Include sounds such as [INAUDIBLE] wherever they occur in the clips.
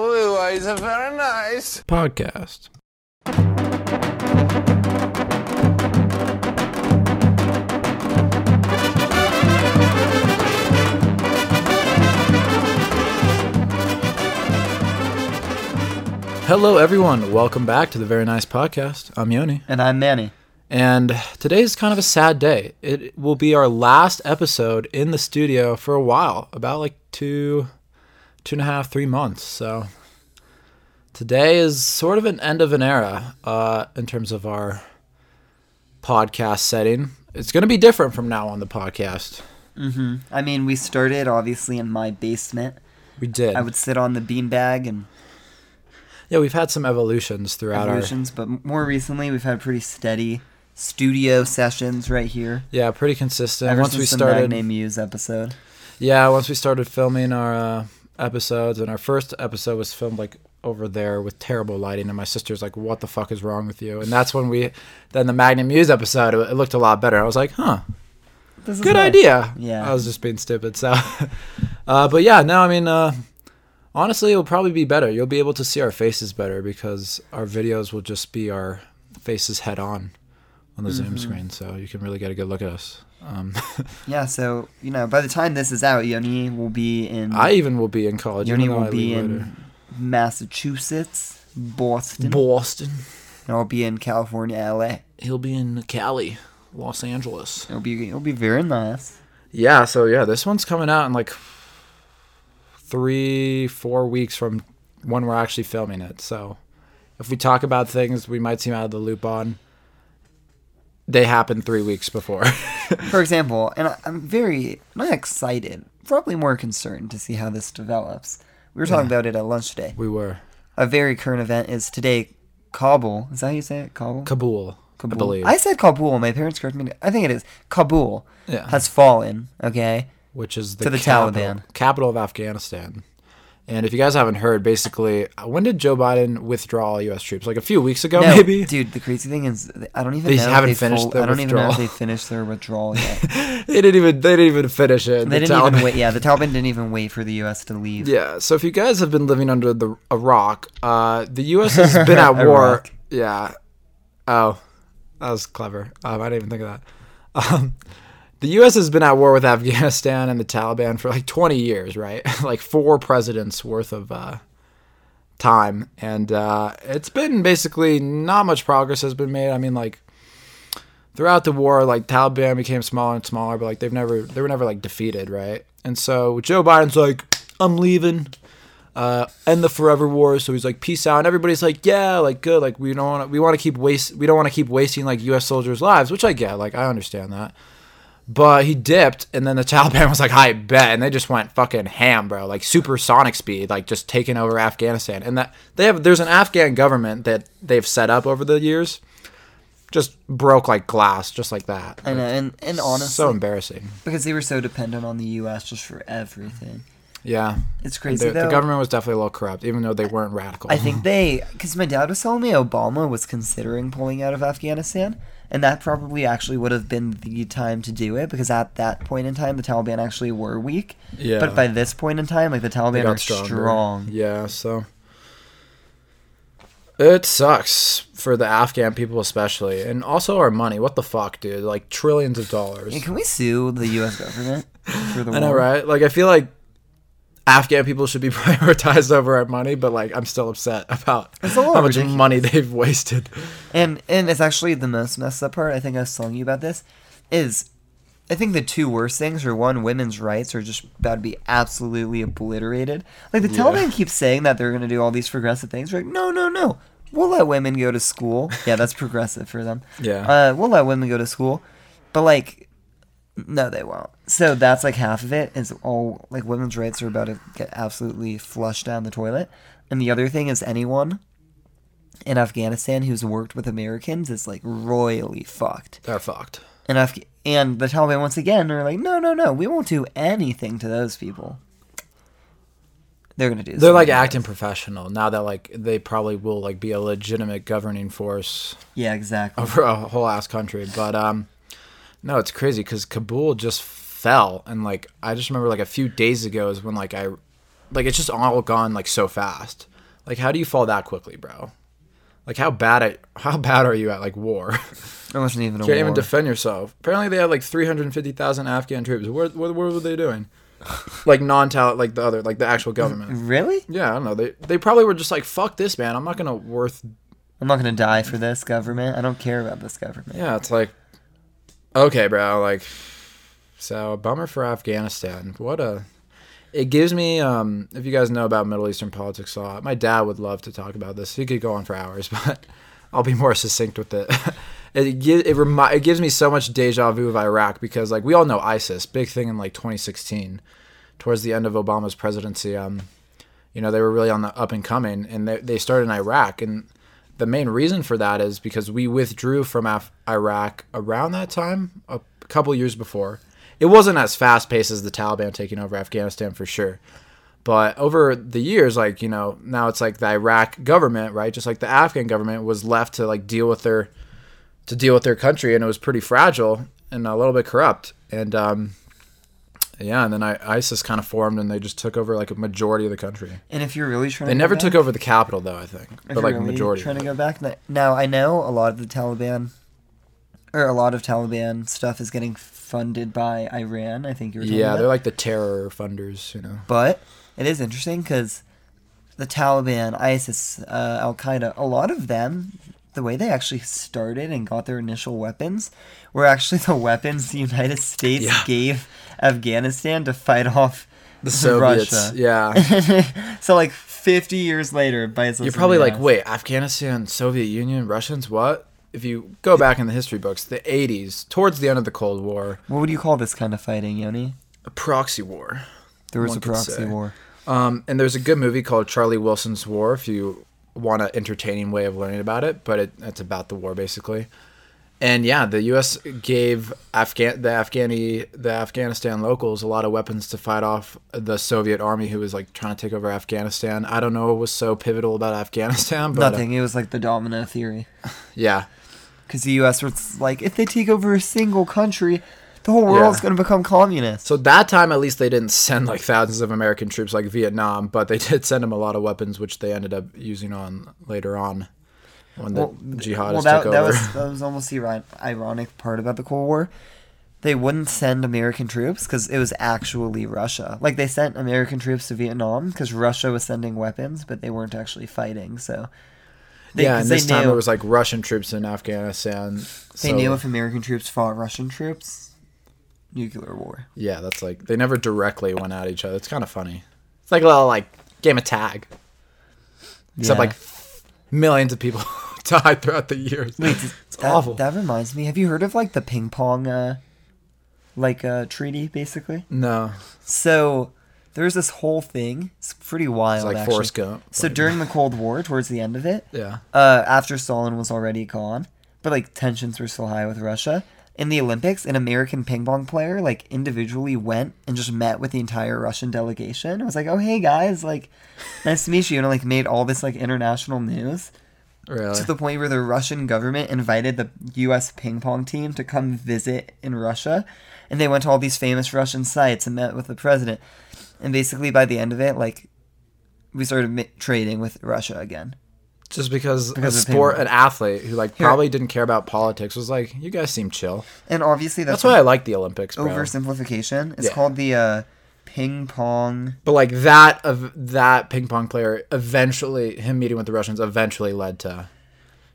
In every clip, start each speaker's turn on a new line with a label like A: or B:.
A: guys are very nice.
B: podcast. Hello, everyone. Welcome back to the Very Nice Podcast. I'm Yoni.
C: And I'm Manny.
B: And today is kind of a sad day. It will be our last episode in the studio for a while, about like two, two and a half, three months. So today is sort of an end of an era uh, in terms of our podcast setting. It's going to be different from now on the podcast.
C: I mean, we started obviously in my basement.
B: We did.
C: I would sit on the beanbag and
B: yeah, we've had some evolutions throughout our.
C: evolutions, but more recently we've had pretty steady studio sessions right here.
B: Yeah, pretty consistent.
C: Ever
B: Once
C: since
B: we
C: the
B: started.
C: Magne Muse episode.
B: Yeah, once we started filming our uh, episodes, and our first episode was filmed like over there with terrible lighting, and my sister's like, "What the fuck is wrong with you?" And that's when we, then the Magnum Muse episode, it, it looked a lot better. I was like, "Huh,
C: This is
B: good
C: nice.
B: idea."
C: Yeah.
B: I was just being stupid. So, [LAUGHS] uh, but yeah, no, I mean, uh, honestly, it'll probably be better. You'll be able to see our faces better because our videos will just be our faces head on on the
C: Mm-hmm.
B: Zoom screen, so you can really get a good look at us. Um, [LAUGHS]
C: Yeah, so you know, by the time this is out, Yoni will be in
B: I even will be in college.
C: Yoni
B: even though
C: will
B: I
C: be
B: leave
C: in
B: later.
C: Massachusetts, Boston,
B: Boston.
C: and I'll be in California, LA.
B: He'll be in Cali, Los Angeles.
C: It'll be it'll be very nice.
B: Yeah, so yeah, this one's coming out in like three, four weeks from when we're actually filming it. So if we talk about things we might seem out of the loop on, they happen three weeks before. [LAUGHS]
C: For example, and I, I'm very not excited, probably more concerned to see how this develops. We were talking about it at lunch today.
B: we were
C: a very current event is today Kabul. Is that how you say it? Kabul?
B: Kabul,
C: Kabul.
B: I believe,
C: said Kabul. My parents corrected me. I think it is. Kabul
B: Yeah.
C: has fallen, okay?
B: which is the,
C: to the
B: capital-
C: Taliban.
B: capital of Afghanistan. And if you guys haven't heard, basically, uh, when did Joe Biden withdraw all U.S. troops? Like a few weeks ago,
C: No,
B: Oh, maybe.
C: Dude, the crazy thing is, th- I don't even
B: They
C: know. if
B: haven't
C: they
B: finished
C: full-
B: their
C: I don't even know if
B: withdrawal.
C: they finished their withdrawal yet.
B: They didn't even. They didn't even finish it.
C: they
B: The
C: didn't even
B: [LAUGHS] Taliban-
C: wait. Yeah, the Taliban didn't even wait for the U.S. to leave.
B: Yeah. So if you guys have been living under the a rock, uh, the U.S.
C: [LAUGHS]
B: has been at
C: A
B: war.
C: rock.
B: Yeah. Oh, that was clever. Um, I didn't even think of that. [LAUGHS] Um, the U.S. has been at war with Afghanistan and the Taliban for like 20 years, right? [LAUGHS] like four presidents worth of uh, time, and uh, it's been basically not much progress has been made. I mean, like throughout the war, like Taliban became smaller and smaller, but like they've never they were never like defeated, right? And so Joe Biden's like, I'm leaving. Uh, end the forever war. So he's like, peace out, and everybody's like, yeah, like good, like we don't want we want to keep waste we don't want to keep wasting like U.S. soldiers' lives, which I get, like I understand that. But he dipped, and then the [LAUGHS] Taliban was like, "I bet," and they just went fucking ham, bro, like supersonic speed, like just taking over Afghanistan. And that they have there's an Afghan government that they've set up over the years, just broke like glass, just like that.
C: I know, and, and honestly,
B: so embarrassing.
C: because they were so dependent on the U.S. just for everything.
B: Yeah,
C: It's
B: And
C: crazy,
B: the, the
C: though.
B: government was definitely a little corrupt, even though they weren't radical.
C: I think they, because my dad was telling me Obama was considering pulling out of Afghanistan, and that probably actually would have been the time to do it because at that point in time the Taliban actually were weak.
B: Yeah.
C: But by this point in time, like the
B: They
C: Taliban
B: got
C: are
B: stronger.
C: strong.
B: Yeah, so it sucks for the Afghan people especially, and also our money. What the fuck, dude? Like trillions of dollars.
C: Yeah, can we sue the U.S. government for the
B: [LAUGHS]
C: war?
B: I know, right? Like I feel like Afghan people should be [LAUGHS] prioritized over our money, but like I'm still upset about
C: a
B: how
C: little
B: much
C: ridiculous.
B: money they've wasted.
C: And and it's actually the most messed up part. I think I was telling you about this. Is I think the two worst things are one, women's rights are just about to be absolutely obliterated. Like the Taliban keeps saying that they're going to do all these progressive things. We're like, no, no, no. We'll let women go to school. Yeah, that's progressive for them.
B: Yeah.
C: Uh, we'll let women go to school, but like, no, they won't. So that's like half of it is all like women's rights are about to get absolutely flushed down the toilet. And the other thing is anyone in Afghanistan who's worked with Americans is like royally fucked.
B: They're fucked.
C: And Af- and the Taliban once again are like, no, no, no, we won't do anything to those people. They're gonna do.
B: They're like
C: something.
B: acting professional now that like they probably will like be a legitimate governing force
C: Yeah,
B: [LAUGHS]
C: exactly.
B: over a whole ass country. But um, no, it's crazy because Kabul just fell, and like I just remember like a few days ago is when like I, like it's just all gone like so fast. Like, how do you fall that quickly, bro? Like, how bad at [LAUGHS] how bad are you at like war? [LAUGHS]
C: It wasn't even a
B: Can't
C: war.
B: even defend yourself. Apparently, they had like 350,000 Afghan troops. What, what, what were they doing? like non-talent, like the other, like the actual
C: Mm-hmm.
B: government.
C: really?
B: Yeah, I don't know. They they probably were just like, fuck this, man. I'm not gonna worth.
C: I'm not gonna die for this government. I don't care about this government.
B: Yeah, it's like, okay, bro. Like, so bummer for Afghanistan. What a. It gives me, um, if you guys know about Middle Eastern politics a lot, my dad would love to talk about this. He could go on for hours, [LAUGHS] but I'll be more succinct with it. [LAUGHS] it gi- it, remi- it gives me so much deja vu of Iraq because, like, we all know ISIS, big thing in like 2016, towards the end of Obama's presidency. Um, you know, they were really on the up and coming, and they, they started in Iraq. And the main reason for that is because we withdrew from Af- Iraq around that time, a couple years before. It wasn't as fast paced as the Taliban taking over Afghanistan for sure. But over the years, like, you know, now it's like the Iraq government, right? Just like the Afghan government was left to like deal with their to deal with their country and it was pretty fragile and a little bit corrupt. And um yeah, and then I, ISIS kind of formed and they just took over like a majority of the country.
C: And if you're really trying,
B: They
C: to
B: never
C: go
B: took
C: back,
B: over the capital though, I think. But
C: if
B: like
C: you're really
B: majority. of
C: trying
B: it.
C: to go back. n- Now I know a lot of the Taliban, or a lot of Taliban stuff is getting funded by Iran. I think you were. talking
B: Yeah,
C: about.
B: they're like the terror funders, you
C: [LAUGHS]
B: know.
C: But it is interesting because the Taliban, ISIS, uh, Al Qaeda, a lot of them, the way they actually started and got their initial weapons were actually [LAUGHS] the weapons the United States
B: Yeah.
C: gave Afghanistan to fight off
B: The Soviets.
C: Russia. [LAUGHS]
B: Yeah.
C: so, like 50 years later, it bites us
B: You're
C: in
B: probably
C: the
B: like,
C: ass.
B: wait, Afghanistan, Soviet Union, Russians, what? If you go back in the history books, the 80s, towards the end of the Cold War,
C: What would you call this kind of fighting, Yoni?
B: a proxy war.
C: There was
B: One
C: a
B: could
C: proxy
B: say.
C: war.
B: Um, and there's a good movie called Charlie Wilson's War if you want an entertaining way of learning about it, but it, it's about the war basically. And yeah, the U.S. gave Afghan the Afghani the Afghanistan locals a lot of weapons to fight off the Soviet army who was like trying to take over Afghanistan. I don't know what was so pivotal about Afghanistan, but uh,
C: Nothing. It was like the domino theory.
B: yeah,
C: Because the U.S. was like, if they take over a single country, the whole world's
B: Yeah.
C: going to become communist.
B: So that time, at least, they didn't send like thousands of American troops like Vietnam, but they [LAUGHS] did send them a lot of weapons, which they ended up using on later on when the jihadists
C: well, that,
B: took
C: that
B: over.
C: was that was almost the iron- ironic part about the Cold War. They wouldn't send American troops because it was actually Russia. Like they sent American troops to Vietnam because Russia was sending weapons, but they weren't actually fighting. So they,
B: yeah,
C: 'cause
B: and
C: they
B: this time
C: knew,
B: it was like Russian troops in Afghanistan.
C: they
B: so-
C: knew if American troops fought Russian troops, nuclear war.
B: yeah, that's like they never directly went at each other. It's kind of funny. It's like a little like game of tag, except
C: Yeah.
B: like millions of people [LAUGHS] died throughout the years.
C: Wait, did-
B: it's
C: that,
B: awful.
C: That reminds me. Have you heard of like the ping pong, uh, like uh, treaty basically?
B: no,
C: So there's this whole thing. It's pretty wild.
B: it's like
C: actually.
B: Forrest Gump. [LAUGHS]
C: So during the Cold War, towards the end of it,
B: yeah,
C: uh, after Stalin was already gone, but like tensions were still high with Russia. In the Olympics, an American ping pong player like individually went and just met with the entire Russian delegation. and was like, "Oh hey guys, like, nice to meet you," and it, like made all this like international news
B: really.
C: to the point where the Russian government invited the U.S. ping pong team to come visit in Russia, and they went to all these famous Russian sites and met with the president. And basically, by the end of it, like, we started mi- trading with Russia again.
B: just because,
C: Because
B: a
C: of
B: sport
C: him.
B: an athlete who like
C: Here-
B: probably didn't care about politics was like you guys seem chill
C: And obviously, that's,
B: that's why i like the olympics bro.
C: oversimplification. It's
B: Yeah.
C: called the uh, ping pong.
B: but like that of that ping pong player eventually him meeting with the russians eventually led to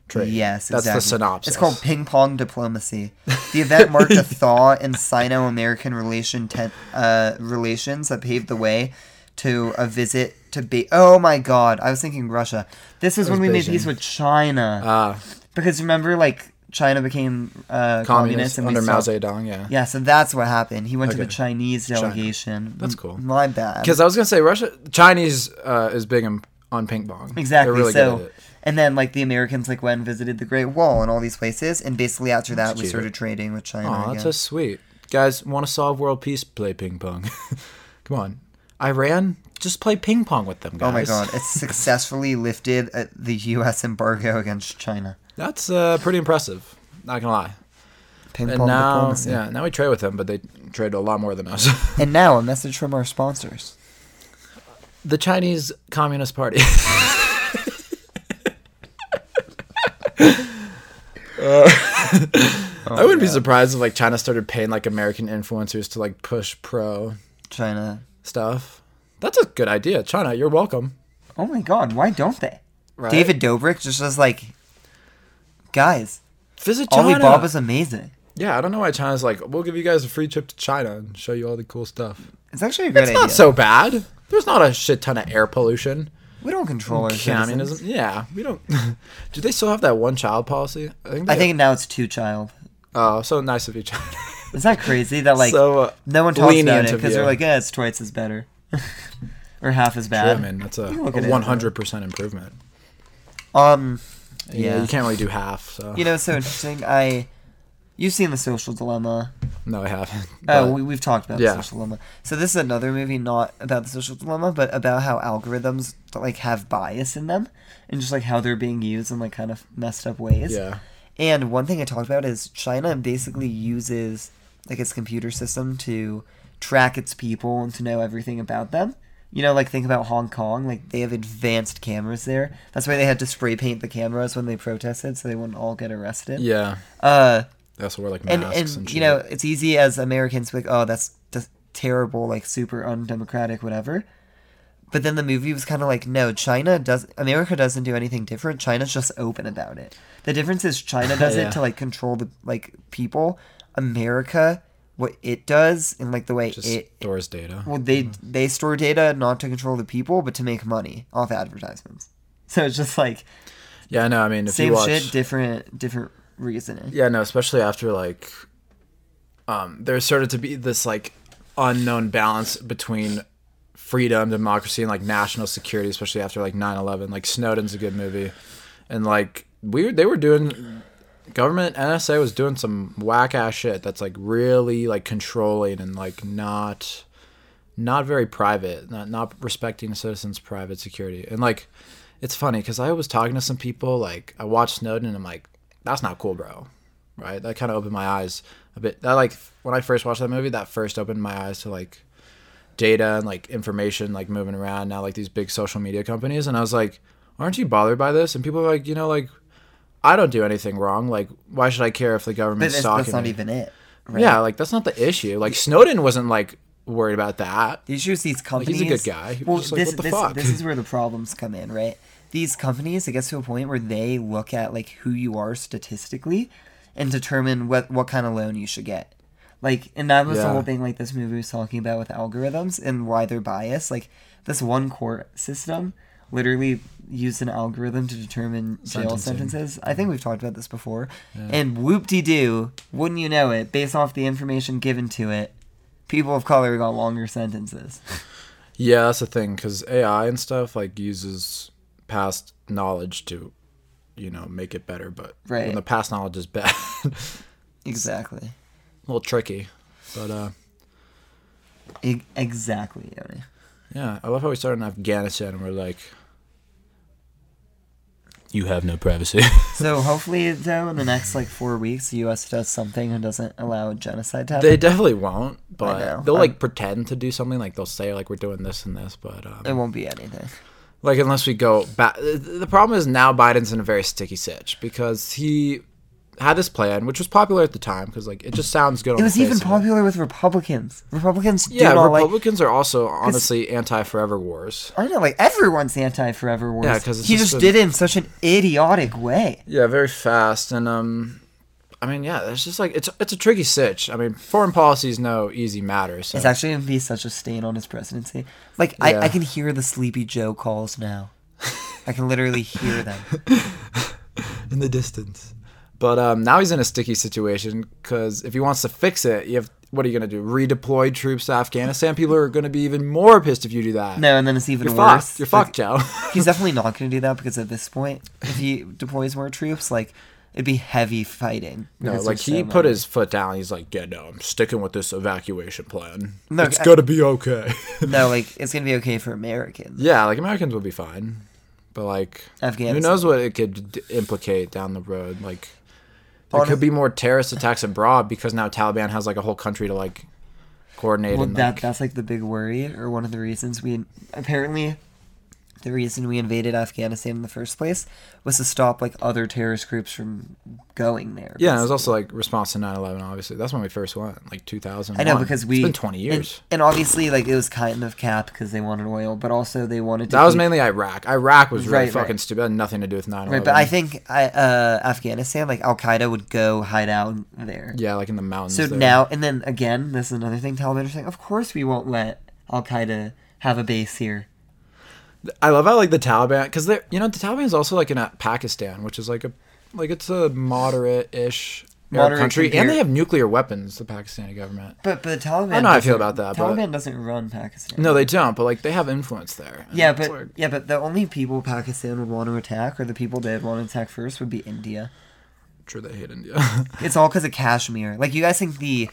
B: trade
C: Yes,
B: that's
C: exactly.
B: the synopsis
C: It's called ping pong diplomacy. The event marked
B: [LAUGHS]
C: a thaw in Sino-American relation ten, uh, relations that paved the way to a visit to be. Oh my God! I was thinking Russia. This is when we
B: was
C: made
B: Beijing.
C: peace with China
B: uh,
C: because remember, like China became uh, communist,
B: communist
C: and we
B: under mao
C: stopped-
B: zedong yeah
C: Yeah, so that's what happened. He went to the
B: Okay.
C: Chinese delegation.
B: That's
C: M-
B: cool.
C: My bad.
B: because i was gonna say russia chinese uh, is big in, on ping pong
C: Exactly.
B: They're really
C: so,
B: good at it.
C: and then like the Americans like went and visited the Great Wall and all these places, and basically after that we
B: cute.
C: started trading with China
B: oh that's so
C: again.
B: sweet guys want to solve world peace play ping pong [LAUGHS] come on iran just play ping pong with them guys
C: oh my God!
B: [LAUGHS]
C: It successfully lifted uh, the U.S. embargo against China.
B: That's uh, pretty impressive. Not gonna lie.
C: Ping
B: And
C: pong
B: now,
C: diplomacy.
B: yeah, now we trade with them, but they trade a lot more than us. [LAUGHS]
C: And now a message from our sponsors.
B: the Chinese Communist Party. [LAUGHS]
C: Oh,
B: I wouldn't be surprised if like China started paying like American influencers to like push pro
C: China.
B: stuff. That's a good idea, China. You're welcome.
C: Oh my god, why don't they?
B: Right?
C: David Dobrik just was like, guys,
B: visit China.
C: Alibaba's amazing.
B: yeah, I don't know why China's like, we'll give you guys a free trip to China and show you all the cool stuff.
C: It's actually a good
B: It's
C: idea.
B: not so bad. There's not a shit ton of air pollution.
C: we don't control our
B: Communism.
C: citizens.
B: Yeah, we don't. [LAUGHS] Do they still have that one child policy? I think. They,
C: I think now it's two child.
B: Oh, so nice of you, China. [LAUGHS]
C: Is that crazy that like
B: so uh,
C: no one talks about
B: lenient
C: it
B: of
C: because they're
B: you.
C: like, yeah, it's twice as better [LAUGHS] or half as
B: yeah,
C: bad.
B: man, that's a
C: can look at it.
B: one hundred percent improvement.
C: um,
B: Yeah.
C: yeah,
B: you can't really do half. So
C: you know, it's so interesting. I, you've seen the Social Dilemma.
B: no, I haven't.
C: Oh,
B: But-
C: we, we've talked about
B: Yeah.
C: the social dilemma. So this is another movie not about the social dilemma, but about how algorithms like have bias in them, and just like how they're being used in like kind of messed up ways.
B: yeah,
C: And one thing I talked about is China basically uses like its computer system to track its people and to know everything about them. You know, like think about Hong Kong, like they have advanced cameras there. That's why they had to spray paint the cameras when they protested so they wouldn't all get arrested.
B: yeah.
C: Uh
B: They also wear like
C: and
B: masks and,
C: and,
B: shit.
C: you know it's easy as Americans like oh that's just terrible like super undemocratic whatever, but then the movie was kind of like no China does America doesn't do anything different China's just open about it. The difference
B: [LAUGHS]
C: is China does
B: Yeah.
C: it to like control the like people. America what it does and like the way
B: just Mm-hmm.
C: it
B: stores data.
C: well they they store data not to control the people but to make money off advertisements. So it's just like
B: Yeah, no, I mean, if you
C: same
B: watch,
C: shit different different reasoning.
B: yeah, no, especially after like, um, there started to be this like unknown balance between freedom, democracy, and like national security, especially after like 9-11. Like Snowden's a good movie, and like we they were doing government NSA was doing some whack ass shit that's like really like controlling and like not not very private, not not respecting citizens' private security. And like, it's funny because I was talking to some people, like I watched Snowden, and I'm like, that's not cool, bro. Right? That kind of opened my eyes a bit. That like when I first watched that movie, that first opened my eyes to like data and like information like moving around now like these big social media companies and i was like aren't you bothered by this and people are like you know like i don't do anything wrong like why should i care if the
C: But
B: government's
C: that's,
B: stalking
C: that's not
B: me?
C: even it.
B: yeah like that's not the issue like snowden wasn't like worried about that
C: The issue is these companies.
B: he's a good guy. He was
C: Well,
B: just like,
C: this,
B: "What the
C: this,
B: fuck?"
C: this is where the problems come in, right? These companies, it gets to a point where they look at like who you are statistically, and determine what what kind of loan you should get. Like, and that was the
B: Yeah.
C: whole thing. Like this movie was talking about with algorithms and why they're biased. Like this one court system literally used an algorithm to determine jail
B: Sentencing.
C: sentences. I think we've talked about this before. And whoop de doo, wouldn't you know it? Based off the information given to it, people of color got longer sentences.
B: Yeah, that's the thing because AI and stuff like uses past knowledge to, you know, make it better. But
C: Right.
B: when the past knowledge is bad, [LAUGHS] a
C: Exactly.
B: little tricky. But uh,
C: E- exactly, Yoni.
B: yeah, I love how we started in Afghanistan and we're like, you have no privacy. [LAUGHS]
C: So hopefully, though, in the next like four weeks, the U.S. does something and doesn't allow genocide to happen.
B: they definitely won't,
C: know.
B: but they'll
C: I'm-
B: like pretend to do something. Like they'll say like we're doing this and this, but um,
C: it won't be anything.
B: Like unless we go back, the problem is now Biden's in a very sticky sitch because he had this plan, which was popular at the time because like it just sounds good. On
C: It was
B: the face
C: even
B: of
C: popular with Republicans. Republicans do
B: Yeah,
C: not like.
B: Republicans are also honestly anti-forever wars.
C: I know, like everyone's anti-forever wars.
B: Yeah, 'cause it's
C: he
B: just
C: just,
B: a-
C: did it in such an idiotic way.
B: Yeah, very fast, and um, I mean, yeah, it's just like it's it's a tricky sitch. I mean, foreign policy is no easy matter. So
C: It's actually gonna be such a stain on his presidency. Like
B: Yeah.
C: I, I can hear the Sleepy Joe calls now. I can literally
B: [LAUGHS]
C: hear them.
B: in the distance. But um, now he's in a sticky situation because if he wants to fix it, you have what are you gonna do? Redeploy troops to Afghanistan? People are gonna be even more pissed if you do that.
C: No, and then it's even
B: You're
C: worse.
B: fucked. You're
C: Like,
B: fucked, [LAUGHS] Joe.
C: He's definitely not going to do that because at this point, if he deploys more troops, like it'd be heavy fighting.
B: No,
C: because
B: like
C: there's
B: he
C: so
B: put
C: many.
B: his foot down. He's like, yeah, no, I'm sticking with this evacuation plan.
C: No,
B: it's
C: I-
B: gonna be okay. [LAUGHS]
C: no, like it's going to be okay for Americans.
B: yeah, like Americans will be fine, but like, who
C: Afghanistan.
B: knows what it could d- implicate down the road? Like, there
C: Honest-
B: could be more terrorist attacks abroad because now Taliban has like a whole country to like coordinate.
C: Well,
B: and,
C: that
B: like,
C: that's like the big worry, or one of the reasons we apparently the reason we invaded Afghanistan in the first place was to stop like other terrorist groups from going there.
B: Yeah, and it was also
C: basically.
B: like response to 9/11. Obviously, that's when we first went, like 2000.
C: I know because we
B: it's been 20
C: and-
B: years.
C: and, obviously like it was kind of cap because they wanted oil, but also they wanted to
B: that was
C: keep-
B: mainly Iraq. Iraq was really
C: Right, right.
B: fucking stupid. It had nothing to do with 9/11.
C: right. But I think I, uh, Afghanistan, like Al Qaeda, would go hide out there.
B: yeah, like in the mountains.
C: So
B: there.
C: now and then again, this is another thing Taliban are saying. Of course, we won't let Al Qaeda have a base here.
B: I love how like the Taliban, because they, you know, the Taliban is also like in uh, Pakistan, which is like a, like it's a moderate-ish Arab
C: Moderate
B: country,
C: compared-
B: and they have nuclear weapons. The Pakistani government.
C: But but the Taliban.
B: know how I feel
C: doesn't-
B: about that, but-
C: Taliban doesn't run Pakistan.
B: No, they don't. But like they have influence there. And
C: Mm-hmm. Yeah,
B: it's
C: but
B: like-
C: yeah, but the only people Pakistan would want to attack, or the people they'd want to attack first, would be India.
B: sure they hate India. [LAUGHS]
C: It's all because of Kashmir. Like you guys think the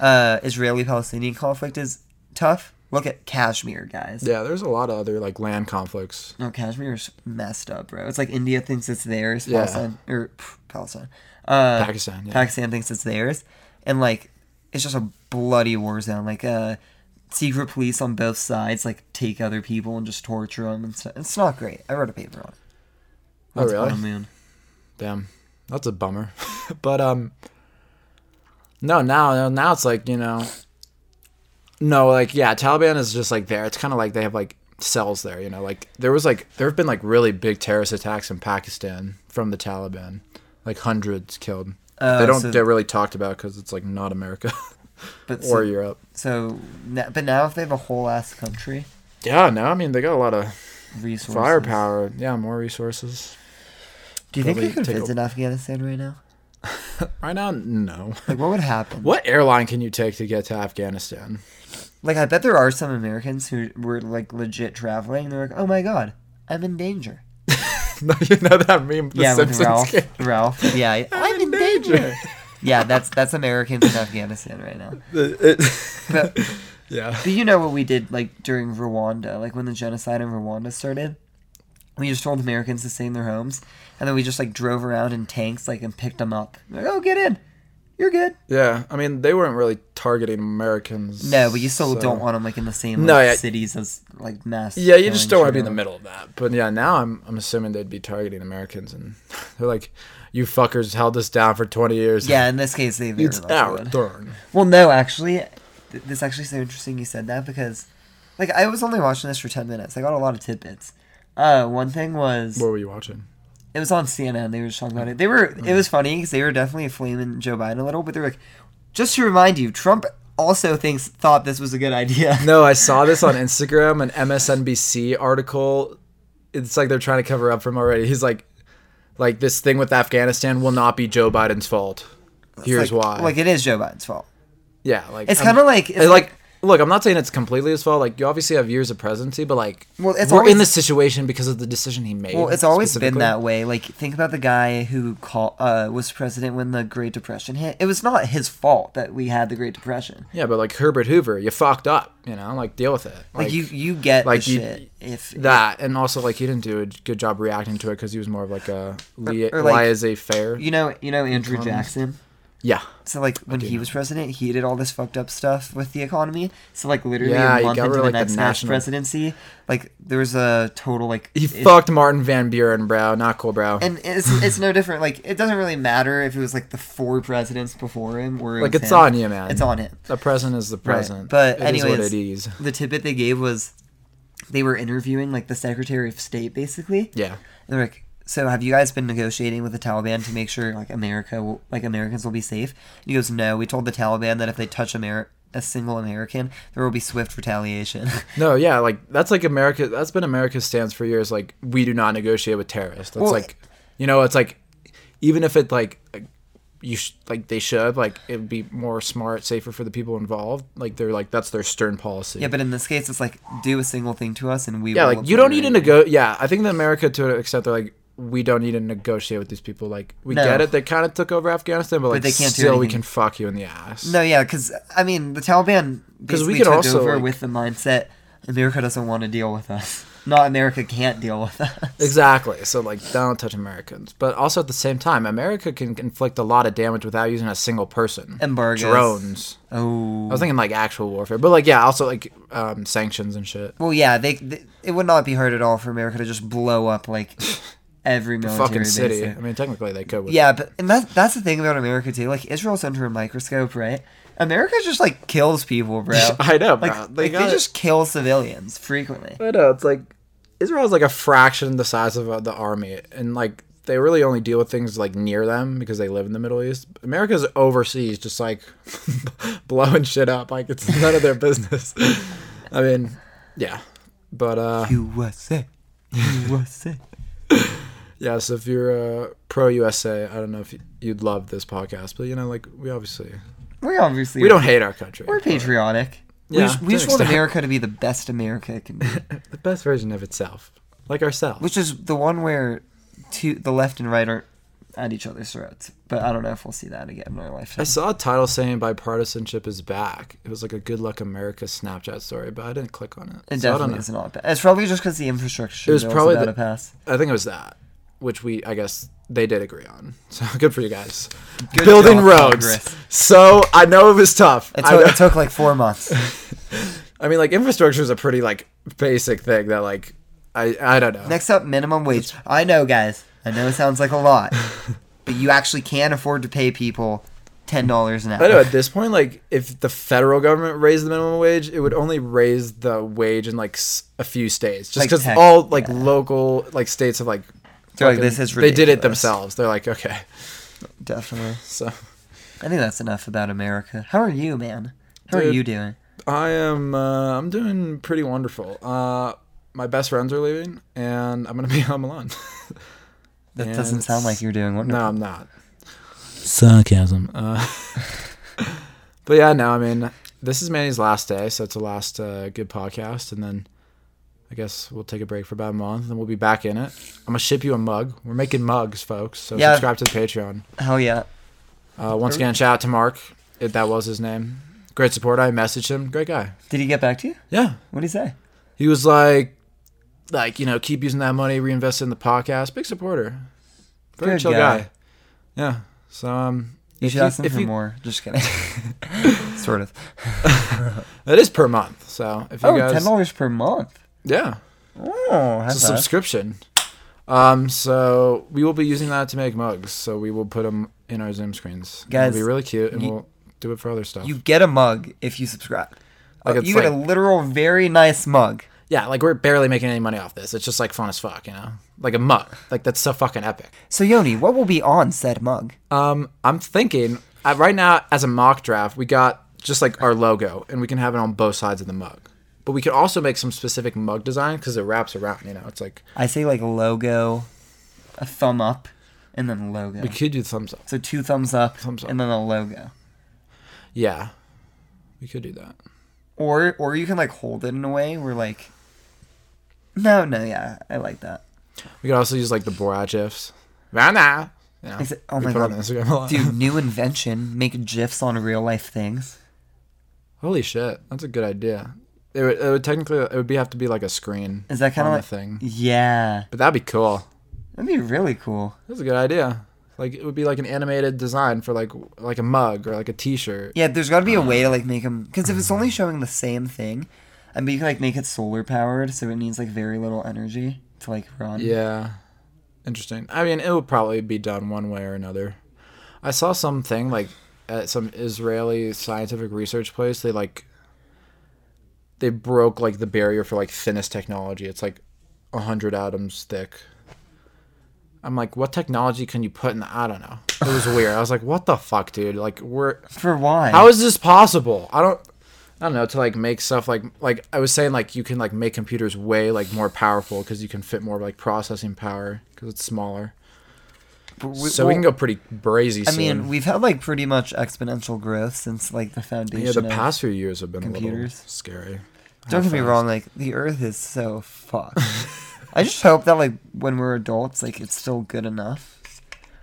C: uh, Israeli-Palestinian conflict is tough? Look at Kashmir, guys.
B: yeah, there's a lot of other like land conflicts.
C: No, Kashmir's messed up, bro. It's like India thinks it's theirs,
B: Yeah.
C: Palestine or pff, Palestine, uh,
B: Pakistan, yeah.
C: Pakistan thinks it's theirs, and like it's just a bloody war zone. Like uh, secret police on both sides like take other people and just torture them and stuff. It's not great. I wrote a paper on it.
B: Oh,
C: Once upon
B: really?
C: a moon.
B: Damn, that's a bummer. [LAUGHS] but um, no, now now it's like you know, no, like yeah, Taliban is just like there. It's kind of like they have like cells there. You know, like there was like there have been like really big terrorist attacks in Pakistan from the Taliban, like hundreds killed. they
C: Oh,
B: don't
C: so-
B: get really talked about because it's like not America [LAUGHS]
C: But
B: or
C: so,
B: Europe.
C: so na- but now if they have a whole ass country
B: Yeah, no, I mean they got a lot of
C: resources,
B: firepower. Yeah, more resources.
C: Do you think they
B: probably
C: could
B: take a-
C: visit Afghanistan right now?
B: Right now, no. [LAUGHS]
C: Like what would happen?
B: What airline can you take to get to Afghanistan?
C: [LAUGHS] Like I bet there are some Americans who were like legit traveling. and They're like, oh my god, I'm in danger.
B: no, [LAUGHS] you know that meme. The
C: yeah,
B: Simpsons [LAUGHS]
C: with Ralph.
B: kid.
C: Ralph.
B: [LAUGHS]
C: Yeah, I- I'm, in danger. yeah, that's that's Americans in Afghanistan right now. But,
B: [LAUGHS] yeah.
C: but you know what we did like during Rwanda, like when the genocide in Rwanda started. We just told Americans to stay in their homes, and then we just like drove around in tanks, like and picked them up. Like, oh, get in, you're good.
B: Yeah. I mean, they weren't really targeting Americans.
C: No, but you still
B: so-
C: don't want them like in the same like,
B: No, yeah.
C: cities as like mass.
B: Yeah, you just don't want to be in the
C: middle.
B: middle of that. But yeah, now I'm I'm assuming they'd be targeting Americans, and [LAUGHS] they're like, "You fuckers held us down for 20 years.
C: [LAUGHS] Yeah, in this case, they very
B: [LAUGHS] it's
C: much
B: our
C: would.
B: turn."
C: Well, no, actually, th- this actually so interesting you said that because, like, I was only watching this for ten minutes. I got a lot of tidbits. Uh, one thing was
B: What were you watching?
C: it was on CNN. They were just talking about it. They were it
B: Mm.
C: was funny because they were definitely flaming Joe Biden a little, but they were like, just to remind you, Trump also thinks thought this was a good idea. [LAUGHS]
B: No, I saw this on Instagram, an MSNBC article. It's like they're trying to cover up from already. He's like, like this thing with Afghanistan will not be Joe Biden's fault. Here's
C: like,
B: why.
C: Like it is Joe Biden's fault.
B: yeah, like
C: It's
B: I'm-
C: kind of like it's
B: It's
C: like,
B: like, look, I'm not saying it's completely his fault. Like, you obviously have years of presidency, but like,
C: Well, it's
B: we're
C: always-
B: in this situation because of the decision he made.
C: well, it's always been
B: specifically.
C: that way. Like think about the guy who call, uh, was president when the Great Depression hit. It was not his fault that we had the Great Depression.
B: Yeah, but like Herbert Hoover, you fucked up. You know, like deal with it.
C: like, you you get
B: like,
C: the
B: you-
C: shit if
B: that, and also like he didn't do a good job reacting to it because he was more of like a li-
C: or, like-
B: laissez-faire.
C: you know you know Andrew Jackson.
B: yeah,
C: So like when he was president, he did all this fucked up stuff with the economy. So like literally
B: Yeah,
C: a
B: he
C: month
B: got
C: into
B: rid of,
C: the
B: like, the
C: next next
B: national-
C: presidency, like there was a total like
B: he
C: it-
B: fucked Martin Van Buren, bro. Not cool, bro.
C: And it's it's no different. Like it doesn't really matter if it was like the four presidents before him or it
B: Like,
C: was
B: it's
C: him.
B: on you, man.
C: It's on him.
B: the president is the president.
C: But
B: It is what
C: anyways-
B: it is.
C: The tidbit they gave was they were interviewing like the Secretary of State basically.
B: Yeah.
C: They're like, so have you guys been negotiating with the Taliban to make sure like America, will, like Americans will be safe? And he goes, no. We told the Taliban that if they touch Ameri- a single American, there will be swift retaliation. [LAUGHS]
B: No, yeah, like that's like America. That's been America's stance for years. Like we do not negotiate with terrorists. That's
C: Well,
B: like, you know, it's like, even if it like, you sh- like they should like it would be more smart, safer for the people involved. Like they're like that's their stern policy.
C: yeah, but in this case, it's like do a single thing to us and we.
B: yeah,
C: will
B: like you don't need
C: obliterate
B: to nego. Yeah, I think that America to an extent they're like we don't need to negotiate with these people. Like we
C: No.
B: get it. They kind of took over Afghanistan, but like
C: they can't do
B: still we
C: anything.
B: can fuck you in the ass.
C: you. No, yeah, because I mean the Taliban
B: 'Cause
C: because
B: we
C: we
B: could
C: took
B: also,
C: over
B: like-
C: with the mindset America doesn't want to deal with us. not America can't deal with that.
B: Exactly. So like, don't touch Americans. But also at the same time, America can inflict a lot of damage without using a single person.
C: [LAUGHS] Embargoes.
B: Drones.
C: Oh.
B: I was thinking like actual warfare, but like yeah, also like um, sanctions and shit.
C: Well, yeah, they, they it would not be hard at all for America to just blow up like every military
B: Fucking
C: base
B: city.
C: there.
B: I mean, technically they could. With
C: Yeah, but and that that's the thing about America too. Like Israel's under a microscope, right? America just like kills
B: [LAUGHS]
C: people, bro.
B: [LAUGHS] I know, bro.
C: Like,
B: They
C: like,
B: got-
C: they just kill civilians frequently.
B: I know. uh, It's like Israel's like a fraction the size of uh, the army, and like they really only deal with things like near them because they live in the Middle East. America's overseas, just like [LAUGHS] blowing shit up. Like it's none of their business. [LAUGHS] I mean, yeah, but uh,
C: USA, USA.
B: yeah. So if you're uh, pro USA, I don't know if y- you'd love this podcast, but you know, like we obviously
C: [LAUGHS] We obviously
B: we don't hate our country.
C: We're patriotic. We
B: Yeah,
C: just,
B: to
C: we just
B: an
C: want
B: extent.
C: America to be the best America it
B: [LAUGHS]
C: can be,
B: the best version of itself, like ourselves.
C: which is the one where two the left and right aren't at each other's throats. But I don't know if we'll see that again in our
B: I
C: lifetime.
B: saw a title saying bipartisanship is back. It was like a Good Luck America Snapchat story, but I didn't click on it.
C: It
B: So I don't
C: definitely
B: know.
C: is not. bad. It's probably just because the
B: It
C: infrastructure it
B: was
C: was bill's
B: probably
C: about
B: the- [LAUGHS]
C: to pass.
B: I think it was that, which we, I guess, they did agree on. [LAUGHS] So good for you guys.
C: Good
B: Building
C: job,
B: roads.
C: Congress.
B: So I know it was tough.
C: It
B: I,
C: took,
B: know-
C: it took like four months.
B: [LAUGHS] I mean, like infrastructure is a pretty like basic thing that like I I don't know.
C: Next up, minimum wage. I know, guys. I know it sounds like
B: [LAUGHS]
C: a lot, but you actually can afford to pay people ten dollars an hour.
B: I know at this point, like if the federal government raised the minimum wage, it would only raise the wage in like s- a few states, just
C: Like
B: because
C: Tex-
B: all like local like states have like.
C: They're like,
B: fucking-
C: "This is
B: They did it
C: ridiculous."
B: themselves. They're like, okay, [LAUGHS]
C: Definitely.
B: so
C: I think that's enough about America. How are you, man? How are
B: Dude.
C: you doing?
B: I am. Uh, I'm doing pretty wonderful. Uh, my best friends are leaving, and I'm gonna [LAUGHS] be home alone.
C: That
B: Yeah,
C: doesn't sound
B: it's-
C: like you're doing
B: no,
C: wonderful.
B: I'm not. Sarcasm. Uh, [LAUGHS] but yeah, no. I mean, this is Manny's last day, so it's the last uh, good podcast, and then I guess we'll take a break for about a month, and we'll be back in it. I'm gonna ship you a mug. We're making mugs, folks. So
C: Yeah.
B: subscribe to the Patreon.
C: Hell yeah.
B: Uh, once again, shout out to Mark. If that was his name. Great support. I messaged him. Great guy.
C: Did he get back to you?
B: Yeah,
C: What did he say?
B: he was like like you know keep using that money reinvest it in the podcast big supporter very
C: Good
B: chill guy.
C: guy.
B: yeah so um
C: You
B: if
C: should ask him
B: if
C: for
B: you-
C: more.
B: [LAUGHS]
C: Just kidding. [LAUGHS] sort of.
B: it is per month so if you
C: Oh, ten
B: guys
C: dollars per month.
B: yeah
C: Oh, high
B: it's a
C: five.
B: subscription um so we will be using that to make mugs so we will put them in our zoom screens
C: Guys,
B: it'll be really cute and
C: you-
B: we'll do it for other stuff
C: you get a mug if you subscribe.
B: Like,
C: Uh,
B: it's
C: you get a
B: like-
C: literal, very nice mug.
B: yeah like we're barely making any money off this it's just like fun as fuck you know like a mug like that's so fucking epic
C: So Yoni, what will be on said mug?
B: Um, I'm thinking uh, right now as a mock draft, we got just like our logo, and we can have it on both sides of the mug. But we could also make some specific mug design because it wraps around. You know, it's like
C: I say like logo, a thumb up, and then logo.
B: we could do thumbs up.
C: So two thumbs up,
B: Thumbs up.
C: and then a logo.
B: Yeah, we could do that.
C: Or or you can like hold it in a way where like. No, no, yeah, I
B: [LAUGHS]
C: like that.
B: We could also use like the Borat gifs. Rana. You know,
C: Is it- oh
B: we
C: my
B: put
C: God.
B: on Instagram a lot.
C: Dude, new invention. Make gifs on real life things.
B: [LAUGHS] Holy shit, that's a good idea. It would, it would technically it would be have to be like a screen.
C: Is that kinda
B: on the
C: like-
B: thing?
C: Yeah,
B: But that'd be cool.
C: that'd be really cool.
B: That's a good idea. Like it would be like an animated design for like like a mug or like a T-shirt.
C: Yeah, there's got to be a way to like make them because if it's
B: Mm-hmm.
C: only showing the same thing, I mean you can like make it solar powered, so it needs like very little energy to like run.
B: Yeah. Interesting. I mean, it would probably be done one way or another. I saw something like at some Israeli scientific research place, they like they broke like the barrier for like thinnest technology. It's like 100 atoms thick. I'm like, what technology can you put in the, I don't know. It was weird. I was like, what the fuck, dude? Like we're
C: For why?
B: how is this possible? I don't I don't know to like make stuff like like I was saying like you can like make computers way like more powerful because you can fit more like processing power because it's smaller. so we can go pretty brazy.
C: I
B: soon.
C: mean, we've had like pretty much exponential growth since like the foundation.
B: yeah, the
C: of-
B: past few years have been a little
C: computers.
B: scary.
C: Don't
B: How
C: get me
B: fast.
C: wrong, like the Earth is so fucked. I just hope that like when we're adults, like it's still good enough.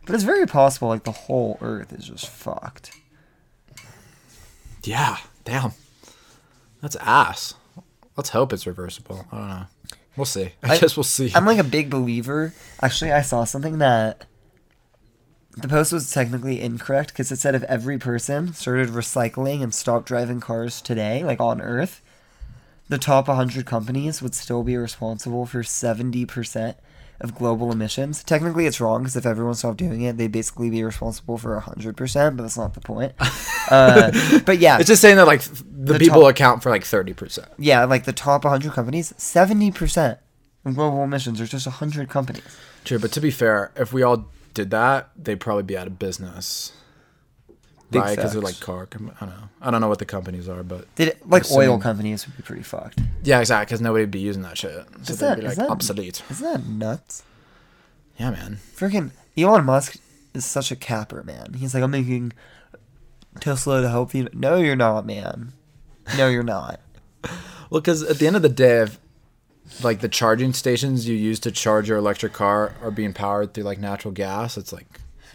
C: But it's very possible like the whole Earth is just fucked.
B: Yeah, damn, that's ass. Let's hope it's reversible. I don't know. We'll see. I,
C: I-
B: guess we'll see.
C: I'm like a big believer. Actually, I saw something that the post was technically incorrect because it said if every person started recycling and stopped driving cars today, like on Earth, the top 100 companies would still be responsible for 70% of global emissions. Technically, it's wrong because if everyone stopped doing it, they'd basically be responsible for 100%, but that's not the point. uh, but yeah,
B: it's just saying that like f- the,
C: The
B: people
C: top-
B: account for like thirty percent.
C: yeah, like the top 100 companies, 70% of global emissions are just 100 companies.
B: True, but to be fair, if we all did that, they'd probably be out of business.
C: Big
B: Right? Because they're like
C: facts.
B: car. Com- I don't know. I don't know what the companies are, but
C: Did it, like
B: Assuming-
C: oil companies would be pretty fucked.
B: yeah, exactly. Because nobody'd be using that shit, so
C: Is
B: they'd
C: that-
B: be
C: is
B: like
C: that-
B: obsolete.
C: Isn't that nuts?
B: Yeah, man.
C: Freaking Elon Musk is such a capper, man. He's like, I'm making Tesla to help you. No, you're not, man. No, you're not.
B: Well, because at the end of the day, if, like the charging stations you use to charge your electric car are being powered through like natural gas. It's like